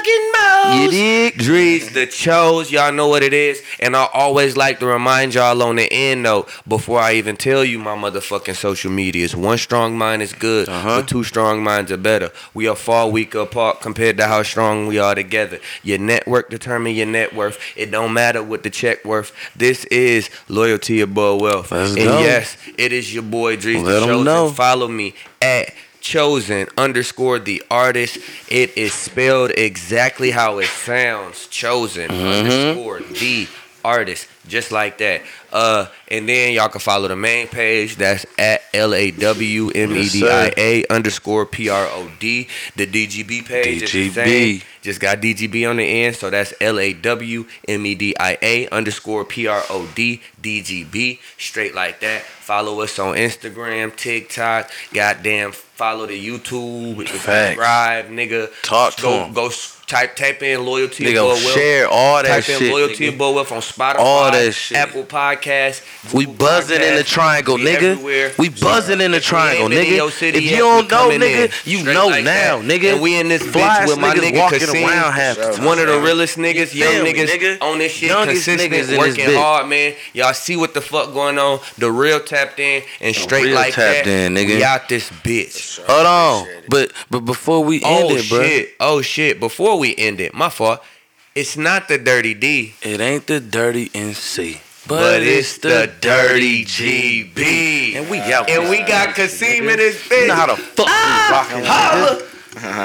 motherfucking
You
most.
dig?
Drees the chose, y'all know what it is, and I always like to remind y'all on the end note before I even tell you my motherfucking social medias. One strong mind is good,
Uh-huh.
but two strong minds are better. We are far weaker apart compared to how strong we are together. Your network determines your net worth. It don't matter what the check worth. This is loyalty above wealth,
Let's
and
go.
yes, it is your boy Drees
Let
the
'em
chosen.
know.
Follow me at chosen underscore the artist. It is spelled exactly how it sounds. Chosen underscore the artist. Just like that. Uh and then y'all can follow the main page. That's at L A W M E D I A underscore P R O D. The DGB page. is the
DGB.
same. Just got DGB on the end, so that's L A W M E D I A underscore P R O D D G B, straight like that. Follow us on Instagram, TikTok, goddamn. Follow the YouTube,
Facts.
subscribe, nigga.
Talk to
go,
'em.
Go s- type, type in loyalty.
Nigga,
Above Wealth.
share all that
Type
shit.
in loyalty
nigga.
above wealth on Spotify,
All that shit.
Apple Podcasts.
We
Google
buzzing in the
Podcasts.
triangle,
We
nigga.
everywhere.
We buzzing in the
If we
triangle,
ain't been in
nigga.
your city
If
yet,
you
we
don't know,
coming
nigga,
in.
you
Straight
know
like
now,
that.
nigga.
And we in this
Fly
bitch
ass
with my
niggas
nigga
walking
Kasim,
around half the time.
one of the realest niggas,
You
young
feel me,
niggas
nigga?
on this shit,
Youngest
consistent,
niggas in this
working
bitch.
hard, man. Y'all see what the fuck going on? The real tapped in and straight
real
like
tapped
that.
in, nigga.
We out this bitch.
Hold on, but but before we end
Oh
it, bro,
shit! Oh shit! Before we end it, my fault. It's not the dirty D,
it ain't the dirty NC,
but, it's the dirty GB.
and we out.
And we got Kasim in this bitch.
You know how the fuck we rocking.
Ah! Holla.